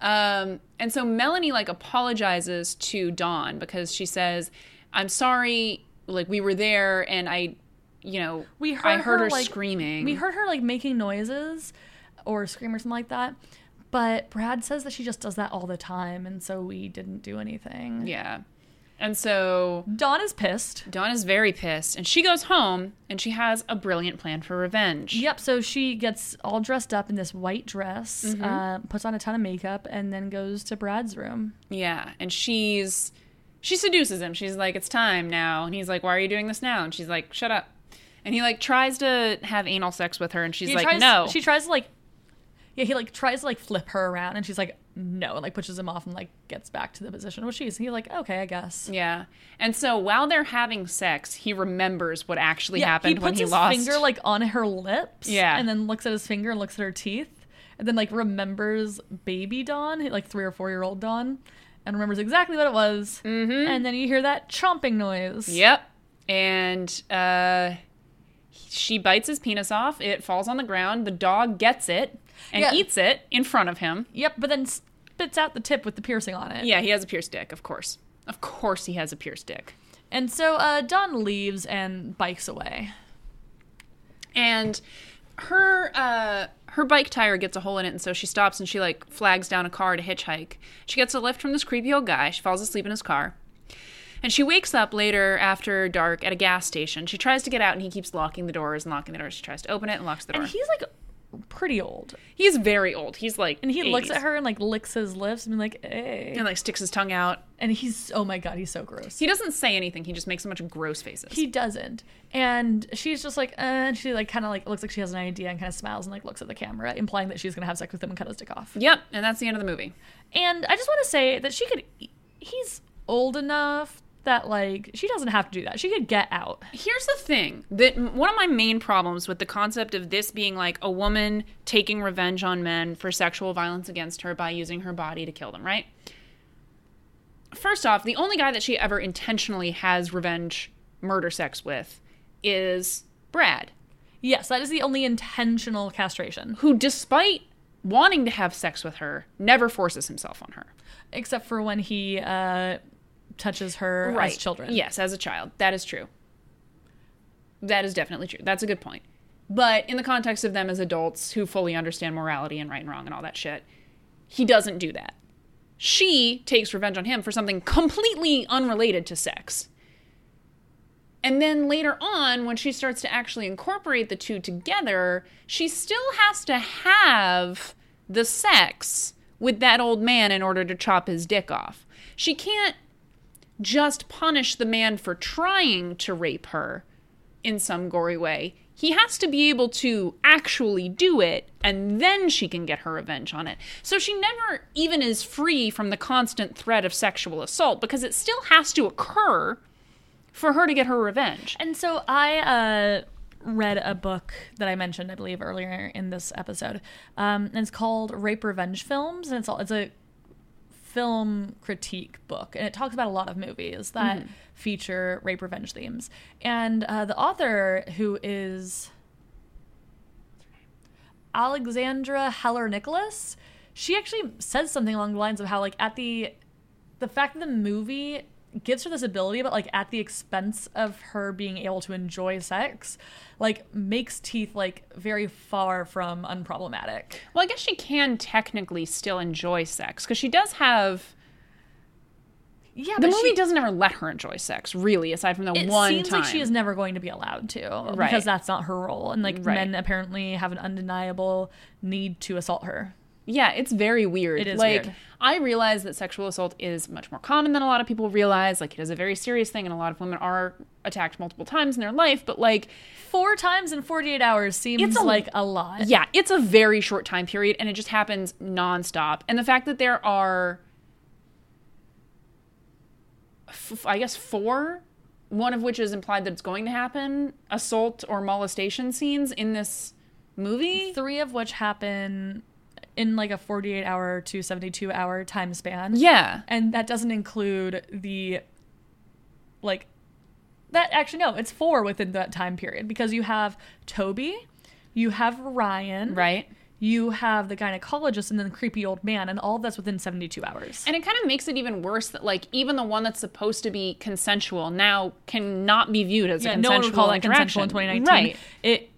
A: Um, and so Melanie like apologizes to Dawn because she says, "I'm sorry, like we were there, and I, you know,
B: We
A: I heard
B: heard
A: her,
B: her, like-
A: screaming.
B: We heard her like making noises or scream or something like that. But Brad says that she just does that all the time, and so we didn't do anything.
A: yeah." And so
B: Dawn is pissed.
A: Dawn is very pissed, and she goes home, and she has a brilliant plan for revenge.
B: Yep. So she gets all dressed up in this white dress, uh, puts on a ton of makeup, and then goes to Brad's room.
A: Yeah, and she's she seduces him. She's like, "It's time now," and he's like, "Why are you doing this now?" And she's like, "Shut up." And he like tries to have anal sex with her, and she's
B: He
A: like,
B: tries-
A: "No."
B: She tries to like, yeah. He like tries to like flip her around, and she's like, no, and like pushes him off, and like gets back to the position. Well, she's he's like, okay, I guess.
A: Yeah. And so while they're having sex, he remembers what actually
B: Yeah,
A: happened
B: he puts
A: when he
B: his
A: lost.
B: finger like on her lips.
A: Yeah.
B: And then looks at his finger and looks at her teeth. And then like remembers baby Dawn, like three or four year old Dawn, and remembers exactly what it was. Mm-hmm. And then you hear that chomping noise.
A: yep. And uh, she bites his penis off. It falls on the ground. The dog gets it and
B: Yeah.
A: eats it in front of him.
B: Yep, but then spits out the tip with the piercing on it.
A: Yeah, he has a pierced dick, of course. Of course he has a pierced dick.
B: And so uh, Dawn leaves and bikes away.
A: and her uh her bike tire gets a hole in it and so she stops and she like flags down a car to hitchhike she gets a lift from this creepy old guy she falls asleep in his car and she wakes up later after dark at a gas station she tries to get out and he keeps locking the doors and locking the doors she tries to open it and locks the door
B: And he's like pretty old.
A: he's very old he's like
B: And he looks at
A: 80s.
B: her and like licks his lips and be like, hey.
A: and like sticks his tongue out
B: And he's, oh my God, he's so gross.
A: he doesn't say anything he just makes a bunch of gross faces
B: He doesn't. And she's just like, uh, and she like kind of like looks like she has an idea and kind of smiles and like looks at the camera, implying that she's going to have sex with him and cut his dick off.
A: yep and that's the end of the movie
B: And I just want to say that she could, he's old enough that like she doesn't have to do that. She could get out.
A: Here's the thing that m- one of my main problems with the concept of this being like a woman taking revenge on men for sexual violence against her by using her body to kill them, right? first off, the only guy that she ever intentionally has revenge murder sex with is Brad,
B: Yes, that is the only intentional castration,
A: who, despite wanting to have sex with her, never forces himself on her.
B: except for when he uh, touches her as children.
A: Yes, as a child. That is true. That is definitely true. That's a good point. But in the context of them as adults who fully understand morality and right and wrong and all that shit, he doesn't do that. She takes revenge on him for something completely unrelated to sex. And then later on, when she starts to actually incorporate the two together, she still has to have the sex with that old man in order to chop his dick off. She can't just punish the man for trying to rape her in some gory way. He has to be able to actually do it, and then she can get her revenge on it. So she never even is free from the constant threat of sexual assault because it still has to occur for her to get her revenge.
B: And so I uh, read a book that I mentioned, I believe, earlier in this episode. Um, and it's called Rape Revenge Films, and it's all, it's a film critique book, and it talks about a lot of movies that feature rape revenge themes. And uh, the author, who is Alexandra Heller Nicholas, she actually says something along the lines of how, like, at the the fact that the movie gives her this ability, but like at the expense of her being able to enjoy sex, like makes teeth like very far from unproblematic.
A: Well, I guess she can technically still enjoy sex because she does have.
B: Yeah,
A: The
B: but
A: movie
B: she,
A: doesn't ever let her enjoy sex, really, aside from the
B: it
A: one
B: seems
A: time.
B: like she is never going to be allowed to
A: Right.
B: because that's not her role, and like
A: Right.
B: men apparently have an undeniable need to assault her.
A: Yeah, it's very weird.
B: It is
A: like
B: weird.
A: I realize that sexual assault is much more common than a lot of people realize. Like it is a very serious thing and a lot of women are attacked multiple times in their life, but like
B: Four times in forty-eight hours seems
A: It's a-
B: like a lot.
A: yeah, it's a very short time period and it just happens nonstop. And the fact that there are f- I guess four one of which is implied that it's going to happen assault or molestation scenes in this movie
B: Three of which happen in like a forty-eight hour to seventy-two hour time span.
A: yeah
B: and that doesn't include the like that actually no it's four within that time period because you have toby you have ryan
A: right
B: you have the gynecologist and then the creepy old man and all of that's within 72 hours
A: And it kind of makes it even worse that like even the one that's supposed to be consensual now cannot be viewed as a
B: yeah, no
A: consensual
B: one would call that
A: interaction.
B: consensual in 2019
A: Right.
B: it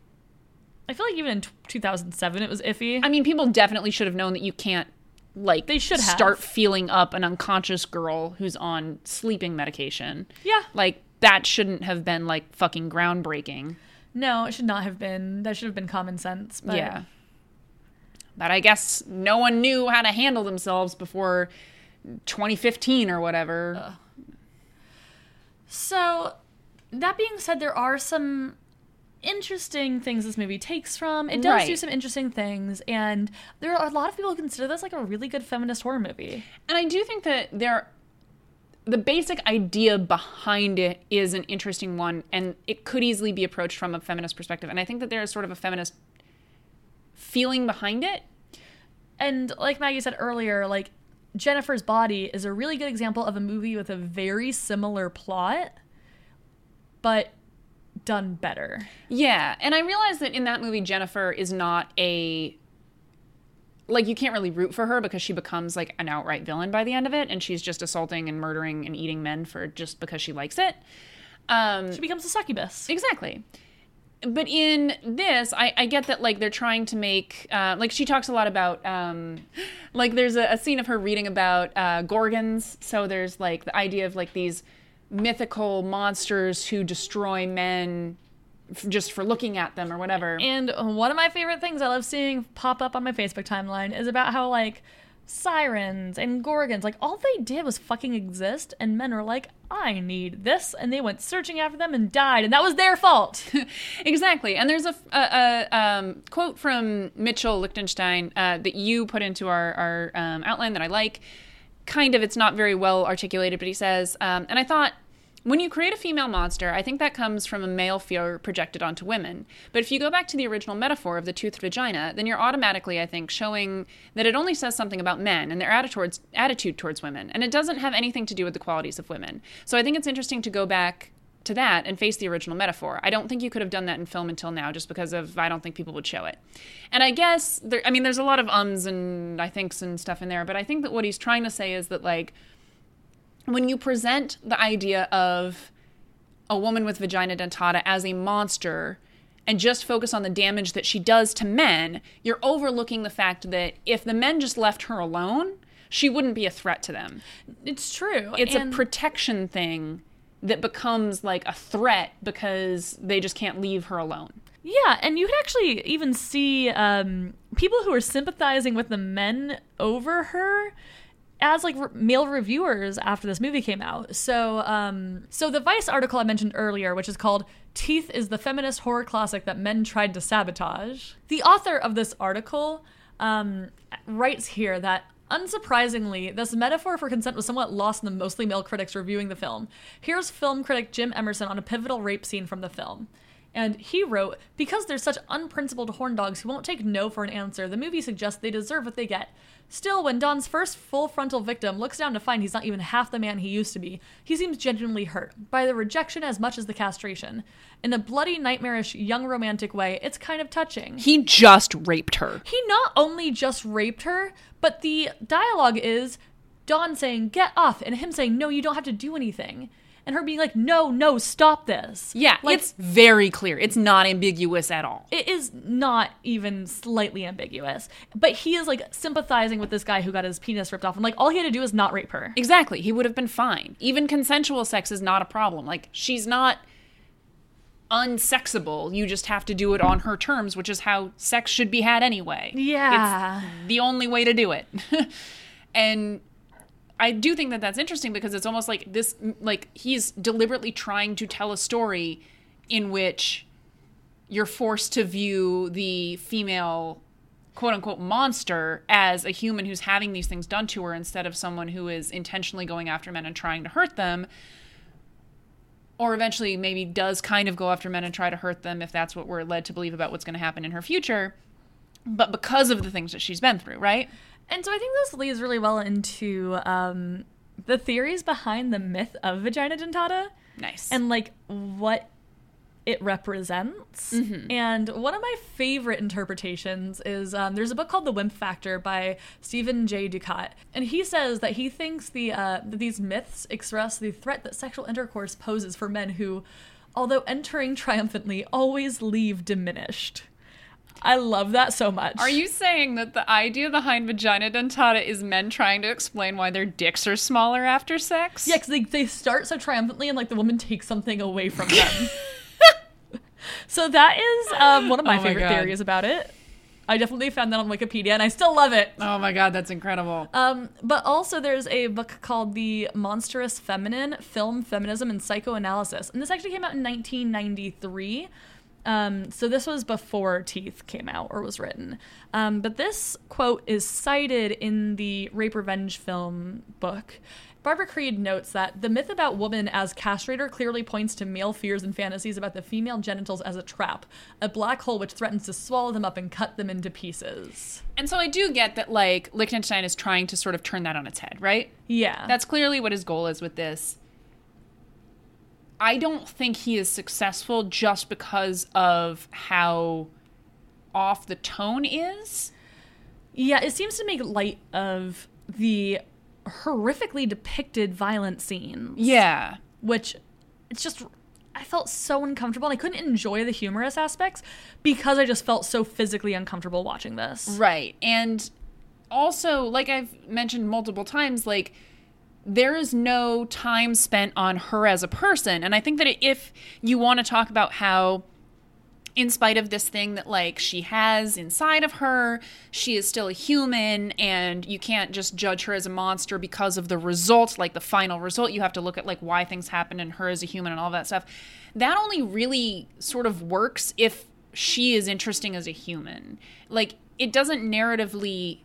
B: i feel like even in t- 2007 it was iffy
A: I mean, people definitely should have known that you can't like
B: They should have.
A: start feeling up an unconscious girl who's on sleeping medication.
B: yeah
A: Like that shouldn't have been like fucking groundbreaking.
B: no it should not have been that should have been common sense but
A: yeah. But I guess no one knew how to handle themselves before 2015 or whatever.
B: So, that being said, there are some interesting things this movie takes from. It does do
A: Right.
B: some interesting things, and there are a lot of people who consider this like a really good feminist horror movie.
A: And I do think that there, the basic idea behind it is an interesting one, and it could easily be approached from a feminist perspective. And I think that there is sort of a feminist feeling behind it.
B: And like Maggie said earlier, like Jennifer's Body is a really good example of a movie with a very similar plot, but done better.
A: Yeah, and I realize that in that movie, Jennifer is not a like you can't really root for her because she becomes like an outright villain by the end of it, and she's just assaulting and murdering and eating men for just because she likes it. Um,
B: She becomes a succubus.
A: Exactly. But in this, I, I get that like they're trying to make uh, like she talks a lot about um, like there's a, a scene of her reading about uh, gorgons. So there's like the idea of like these mythical monsters who destroy men f- just for looking at them or whatever.
B: And one of my favorite things I love seeing pop up on my Facebook timeline is about how like sirens and gorgons, like all they did was fucking exist, and men are like, I need this, and they went searching after them and died, and that was their fault.
A: exactly. And there's a, f- a- a, um, quote from Mitchell Lichtenstein uh, that you put into our, our um, outline that I like. Kind of, it's not very well articulated, but he says, um, and I thought When you create a female monster, I think that comes from a male fear projected onto women. But if you go back to the original metaphor of the toothed vagina, then you're automatically, I think, showing that it only says something about men and their attitude towards, attitude towards women. And it doesn't have anything to do with the qualities of women. So I think it's interesting to go back to that and face the original metaphor. I don't think you could have done that in film until now just because of I don't think people would show it. And I guess there I mean there's a lot of ums and I thinks and stuff in there, but I think that what he's trying to say is that like when you present the idea of a woman with vagina dentata as a monster and just focus on the damage that she does to men, you're overlooking the fact that if the men just left her alone, she wouldn't be a threat to them.
B: It's true.
A: It's
B: And-
A: a protection thing that becomes like a threat because they just can't leave her alone.
B: Yeah, and you could actually even see um, people who are sympathizing with the men over her as like re- male reviewers after this movie came out. So, um, so the Vice article I mentioned earlier, which is called "Teeth is the feminist horror classic that men tried to sabotage," the author of this article um, writes here that Unsurprisingly, this metaphor for consent was somewhat lost in the mostly male critics reviewing the film. Here's film critic Jim Emerson on a pivotal rape scene from the film. And he wrote, Because they're such unprincipled horn dogs who won't take no for an answer, the movie suggests they deserve what they get. Still, when Don's first full frontal victim looks down to find he's not even half the man he used to be, he seems genuinely hurt by the rejection as much as the castration. In a bloody, nightmarish, young romantic way, it's kind of touching
A: He just raped her.
B: he not only just raped her, but the dialogue is Don saying, get off, and him saying, no, you don't have to do anything. And her being like, no, no, stop this.
A: Yeah,
B: Like,
A: it's very clear. It's not ambiguous at all.
B: it is not even slightly ambiguous. But he is like sympathizing with this guy who got his penis ripped off. And like, all he had to do is not rape her.
A: Exactly. He would have been fine. Even consensual sex is not a problem. Like, she's not unsexable. You just have to do it on her terms, which is how sex should be had anyway.
B: Yeah.
A: It's the only way to do it. and I do think that that's interesting because it's almost like this, like, he's deliberately trying to tell a story in which you're forced to view the female quote unquote monster as a human who's having these things done to her instead of someone who is intentionally going after men and trying to hurt them or eventually maybe does kind of go after men and try to hurt them if that's what we're led to believe about what's going to happen in her future but because of the things that she's been through right
B: And so I think this leads really well into um, the theories behind the myth of vagina dentata.
A: nice
B: and like what it represents.
A: Mm-hmm.
B: And one of my favorite interpretations is um, there's a book called The Wimp Factor by Stephen J. Ducat, and he says that he thinks the uh, that these myths express the threat that sexual intercourse poses for men who, although entering triumphantly, always leave diminished. I love that so much.
A: are you saying that the idea behind vagina dentata is men trying to explain why their dicks are smaller after sex
B: Yeah, 'cause they, they start so triumphantly and like the woman takes something away from them. so that is um, one of my
A: Oh my
B: favorite
A: God.
B: theories about it. I definitely found that on Wikipedia and I still love it.
A: oh my god that's incredible
B: Um, but also, there's a book called The Monstrous Feminine Film, Feminism, and Psychoanalysis. And this actually came out in 1993. Um, so this was before Teeth came out or was written. Um, but this quote is cited in the rape revenge film book. Barbara Creed notes that the myth about woman as castrator clearly points to male fears and fantasies about the female genitals as a trap, a black hole which threatens to swallow them up and cut them into pieces.
A: And so I do get that like Liechtenstein is trying to sort of turn that on its head, right?
B: Yeah.
A: That's clearly what his goal is with this. I don't think he is successful just because of how off the tone is.
B: Yeah, it seems to make light of the horrifically depicted violent scenes.
A: Yeah.
B: Which it's just I felt so uncomfortable and I couldn't enjoy the humorous aspects because I just felt so physically uncomfortable watching this.
A: Right. And also, like I've mentioned multiple times, like there is no time spent on her as a person. And I think that if you want to talk about how in spite of this thing that like she has inside of her she is still a human and you can't just judge her as a monster because of the result like the final result you have to look at like why things happen and her as a human and all that stuff that only really sort of works if she is interesting as a human like it doesn't narratively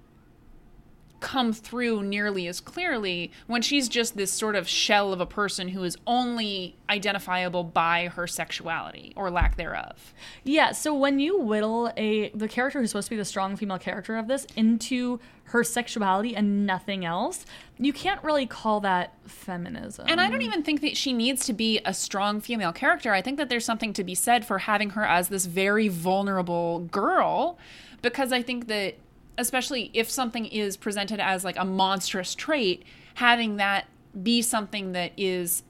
A: come through nearly as clearly when she's just this sort of shell of a person who is only identifiable by her sexuality or lack thereof.
B: Yeah, so when you whittle a the character who's supposed to be the strong female character of this into her sexuality and nothing else, you can't really call that feminism.
A: And I don't even think that she needs to be a strong female character. I think that there's something to be said for having her as this very vulnerable girl because I think that especially if something is presented as like a monstrous trait, having that be something that is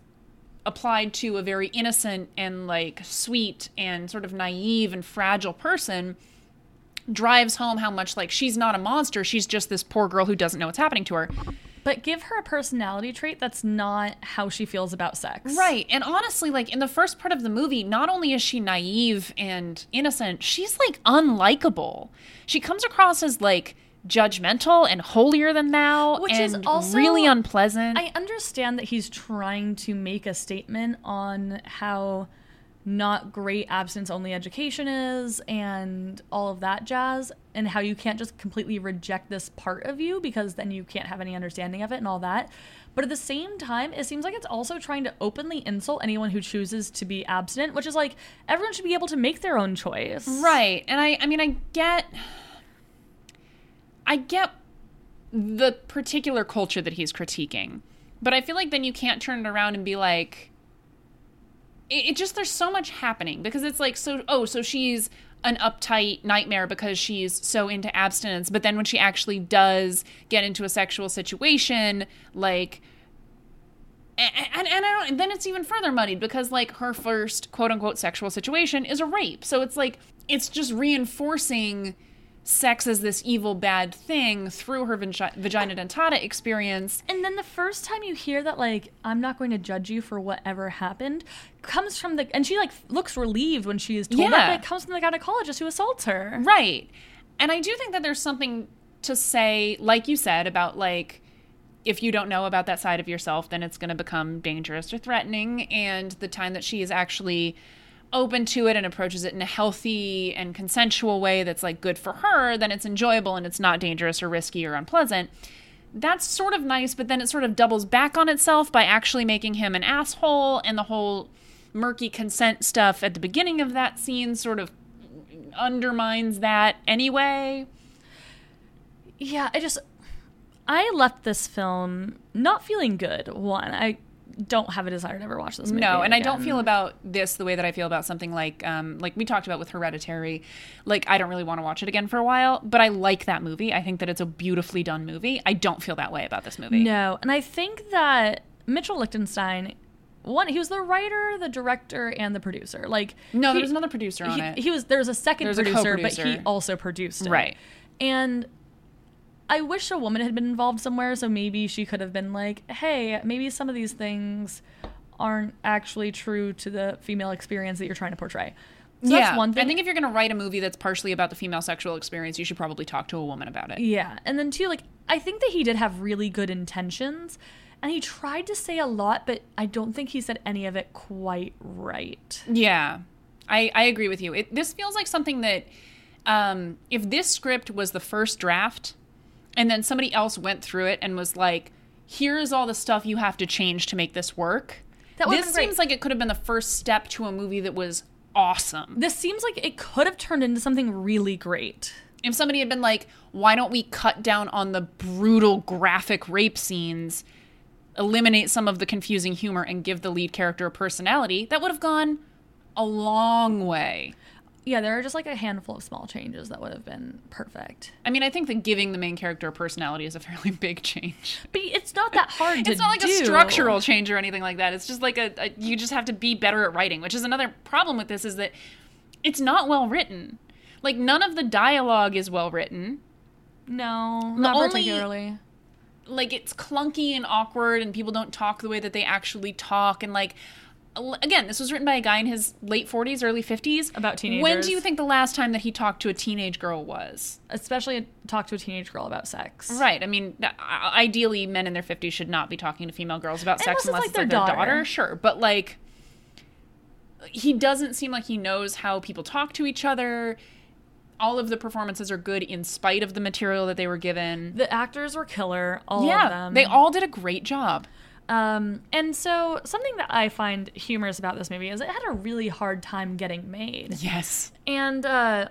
A: applied to a very innocent and like sweet and sort of naive and fragile person drives home how much like she's not a monster, she's just this poor girl who doesn't know what's happening to her.
B: But give her a personality trait that's not how she feels about sex.
A: Right. And honestly, like in the first part of the movie, not only is she naive and innocent, she's like unlikable. She comes across as like judgmental and holier than thou,
B: Which
A: and
B: is also-
A: really unpleasant.
B: I understand that he's trying to make a statement on how not great abstinence only education is and all of that jazz and how you can't just completely reject this part of you because then you can't have any understanding of it and all that. But at the same time, it seems like it's also trying to openly insult anyone who chooses to be abstinent, which is like everyone should be able to make their own choice.
A: Right. And I I mean I get I get the particular culture that he's critiquing. But I feel like then you can't turn it around and be like it, it just there's so much happening because it's like so oh, so she's an uptight nightmare because she's so into abstinence, but then when she actually does get into a sexual situation, like and, and, and I don't, and then it's even further muddied because like her first quote unquote sexual situation is a rape. So it's like it's just reinforcing sex as this evil bad thing through her vagi- vagina dentata experience.
B: And then the first time you hear that, like, I'm not going to judge you for whatever happened, comes from the. And she, like, looks relieved when she is told that,
A: Yeah.
B: but it comes from the gynecologist who assaults her.
A: Right. And I do think that there's something to say like you said about like if you don't know about that side of yourself, then it's going to become dangerous or threatening. And the time that she is actually open to it and approaches it in a healthy and consensual way that's like good for her, then it's enjoyable and it's not dangerous or risky or unpleasant. That's sort of nice, but then it sort of doubles back on itself by actually making him an asshole and the whole murky consent stuff at the beginning of that scene sort of undermines that anyway.
B: Yeah, I just. I left this film not feeling good. One, I don't have a desire to ever watch this movie.
A: No, and I don't
B: again.
A: feel about this the way that I feel about something like um, like we talked about with Hereditary. Like I don't really want to watch it again for a while, but I like that movie. I think that it's a beautifully done movie. I don't feel that way about this movie.
B: No, and I think that Mitchell Lichtenstein, one, he was the writer, the director, and the producer. Like,
A: No, there
B: he-
A: was another producer on
B: he,
A: it.
B: he was there was a second
A: There's a
B: producer, but he
A: co-producer.
B: also produced it.
A: Right.
B: And I wish a woman had been involved somewhere, so maybe she could have been like, "Hey, maybe some of these things aren't actually true to the female experience that you're trying to portray." So that's one thing.
A: I think if you're going to write a movie that's partially about the female sexual experience, you should probably talk to a woman about it.
B: Yeah. And then, too, like, I think that he did have really good intentions. And he tried to say a lot, but I don't think he said any of it quite right.
A: Yeah, I, I agree with you. It, this feels like something that um, if this script was the first draft and then somebody else went through it and was like, here's all the stuff you have to change to make this work.
B: That would've
A: this
B: been great.
A: seems like it could have been the first step to a movie that was awesome.
B: This seems like it could have turned into something really great.
A: If somebody had been like, why don't we cut down on the brutal graphic rape scenes, eliminate some of the confusing humor, and give the lead character a personality, that would have gone a long way.
B: Yeah, there are just like a handful of small changes that would have been perfect.
A: I mean, I think that giving the main character a personality is a fairly big change.
B: But it's not that hard to do.
A: It's not like a structural change or anything like that. It's just like a, a you just have to be better at writing, which is another problem with this is that it's not well written. Like none of the dialogue is well written.
B: No, not
A: only-
B: particularly.
A: Like it's clunky and awkward and people don't talk the way that they actually talk and like l- again, this was written by a guy in his late 40s, early 50s
B: About
A: When
B: teenagers.
A: do you think the last time that he talked to a teenage girl was?
B: Especially talk to a teenage girl about sex.
A: Right. I mean, th- i- ideally, men in their 50s should not be talking to female girls about sex
B: Unless it's,
A: unless
B: like,
A: it's their, daughter.
B: their daughter.
A: Sure. But, like, he doesn't seem like he knows how people talk to each other. all of the performances are good in spite of the material that they were given.
B: The actors were killer, all
A: yeah,
B: of them.
A: they all did a great job.
B: Um, and so something that I find humorous about this movie is it had a really hard time getting made.
A: Yes.
B: And uh,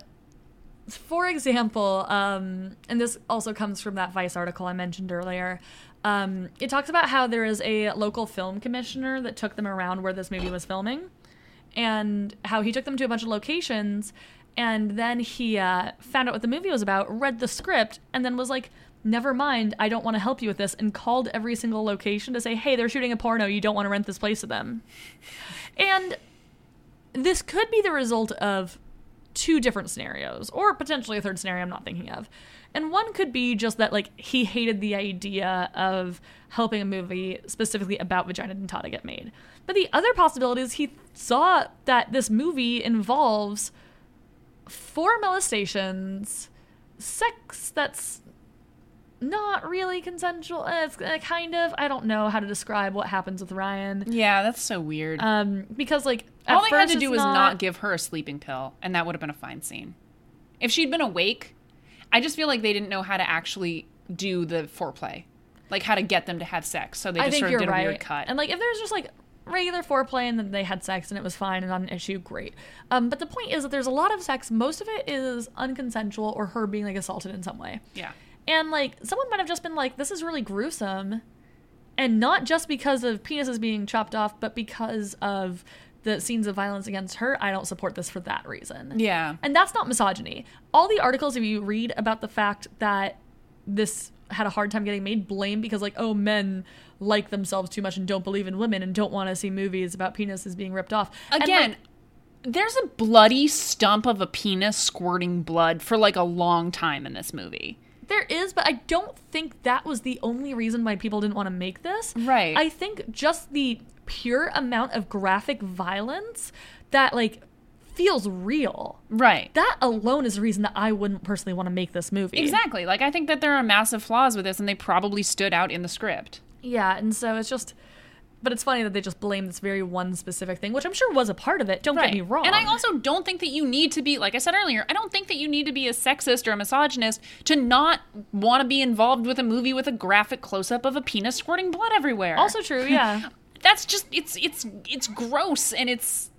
B: for example, um, and this also comes from that Vice article I mentioned earlier. Um, it talks about how there is a local film commissioner that took them around where this movie was filming, and how he took them to a bunch of locations, and then he uh, found out what the movie was about, read the script, and then was like, "Never mind, I don't want to help you with this," and called every single location to say, "Hey, they're shooting a porno. You don't want to rent this place to them." And this could be the result of two different scenarios, or potentially a third scenario I'm not thinking of. And one could be just that, like, he hated the idea of helping a movie specifically about vagina dentata get made. But the other possibility is he saw that this movie involves four molestations, sex that's not really consensual. uh, It's uh, kind of, I don't know how to describe what happens with Ryan.
A: Yeah, that's so weird.
B: Um, because like at
A: all they had
B: first
A: to
B: it's
A: do was not... give her a sleeping pill, and that would have been a fine scene. If she'd been awake, I just feel like they didn't know how to actually do the foreplay, like how to get them to have sex. So they
B: I
A: just
B: think
A: sort of
B: you're
A: did
B: right.
A: a weird cut.
B: And like if there's just like regular foreplay and then they had sex and it was fine and not an issue, great. Um, but the point is that there's a lot of sex. Most of it is unconsensual or her being like assaulted in some way.
A: yeah,
B: And like someone might have just been like, "This is really gruesome," and not just because of penises being chopped off, but because of the scenes of violence against her. I don't support this for that reason.
A: yeah,
B: And that's not misogyny. All the articles if you read about the fact that this had a hard time getting made blame because like oh men like themselves too much and don't believe in women and don't want to see movies about penises being ripped off. And,
A: Again,
B: like,
A: there's a bloody stump of a penis squirting blood for like a long time in this movie.
B: there is but I don't think that was the only reason why people didn't want to make this.
A: Right.
B: I think just the pure amount of graphic violence that like feels real.
A: Right.
B: That alone is the reason that I wouldn't personally want to make this movie.
A: exactly. Like I think that there are massive flaws with this, and they probably stood out in the script.
B: Yeah, and so it's just, but it's funny that they just blame this very one specific thing, which I'm sure was a part of it. Don't get me wrong.
A: And I also don't think that you need to be, like I said earlier, I don't think that you need to be a sexist or a misogynist to not want to be involved with a movie with a graphic close up of a penis squirting blood everywhere.
B: also true,
A: Mm.
B: yeah.
A: that's just it's it's it's gross and it's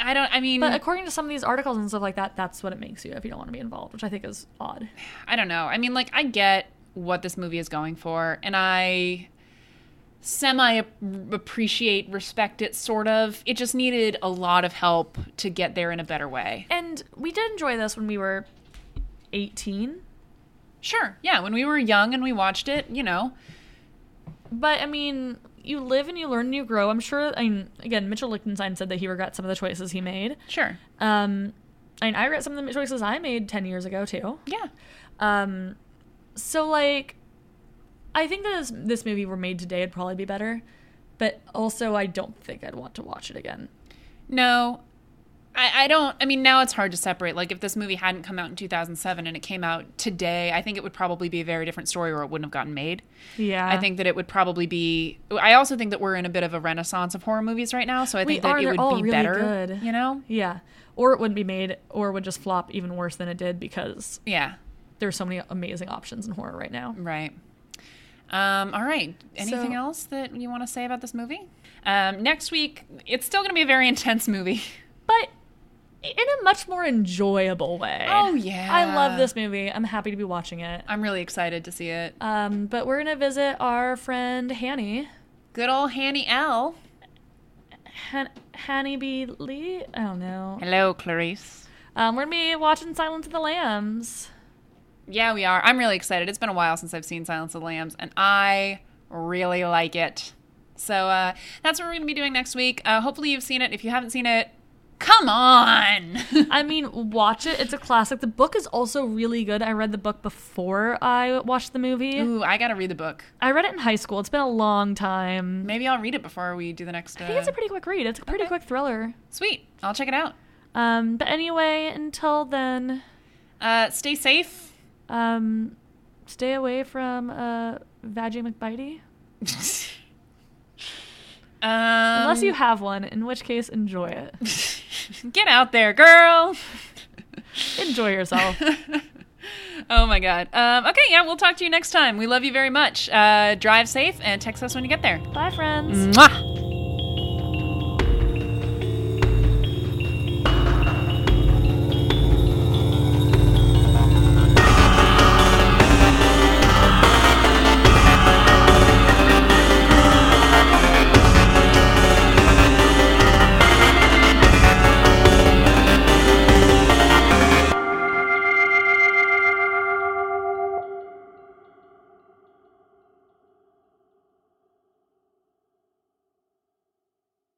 A: I don't I mean
B: but according to some of these articles and stuff like that, that's what it makes you if you don't want to be involved, which I think is odd.
A: I don't know. I mean like I get what this movie is going for and I semi ap- appreciate respect it sort of. It just needed a lot of help to get there in a better way.
B: And we did enjoy this when we were 18,
A: Sure. Yeah, when we were young and we watched it, you know,
B: but I mean, you live and you learn and you grow. I'm sure. I mean, again, Mitchell Lichtenstein said that he regrets some of the choices he made.
A: Sure.
B: Um, I mean, I regret some of the choices I made 10 years ago too.
A: Yeah.
B: Um, so like, I think that this, this movie were made today would probably be better, but also I don't think I'd want to watch it again.
A: No, I, I don't. I mean, now it's hard to separate. Like, if this movie hadn't come out in 2007 and it came out today, I think it would probably be a very different story or it wouldn't have gotten made.
B: Yeah,
A: I think that it would probably be. I also think that we're in a bit of a renaissance of horror movies right now. So I
B: We
A: think
B: are,
A: that it
B: they're
A: would
B: all
A: be
B: really
A: better.
B: good.
A: You know?
B: Yeah, or it wouldn't be made, or would just flop even worse than it did because
A: Yeah.
B: there's so many amazing options in horror right now.
A: Right. Um, all right. Anything
B: So-
A: else that you want to say about this movie? Um, next week, it's still going to be a very intense movie.
B: But in a much more enjoyable way.
A: Oh, yeah.
B: I love this movie. I'm happy to be watching it.
A: I'm really excited to see it.
B: Um, but we're gonna visit our friend Hanny.
A: Good old Hanny L.
B: Han- Hanny B. Lee? I don't know.
A: Hello, Clarice.
B: Um, we're gonna be watching Silence of the Lambs.
A: Yeah, we are. I'm really excited. It's been a while since I've seen Silence of the Lambs, and I really like it. So uh, that's what we're going to be doing next week. Uh, hopefully, you've seen it. If you haven't seen it, come on.
B: I mean, watch it. It's a classic. The book is also really good. I read the book before I watched the movie.
A: Ooh, I got to read the book.
B: I read it in high school. It's been a long time.
A: Maybe I'll read it before we do the next. Uh...
B: I think it's a pretty quick read. It's a pretty
A: Okay.
B: quick thriller.
A: Sweet. I'll check it out.
B: Um, but anyway, until then,
A: Uh, stay safe.
B: um, stay away from uh, Vaggie McBitey.
A: um,
B: Unless you have one, in which case, enjoy it.
A: get out there, girl.
B: Enjoy yourself.
A: Oh my God. Um, okay, yeah, we'll talk to you next time. We love you very much. Uh, drive safe and text us when you get there.
B: Bye, friends.
A: Mwah!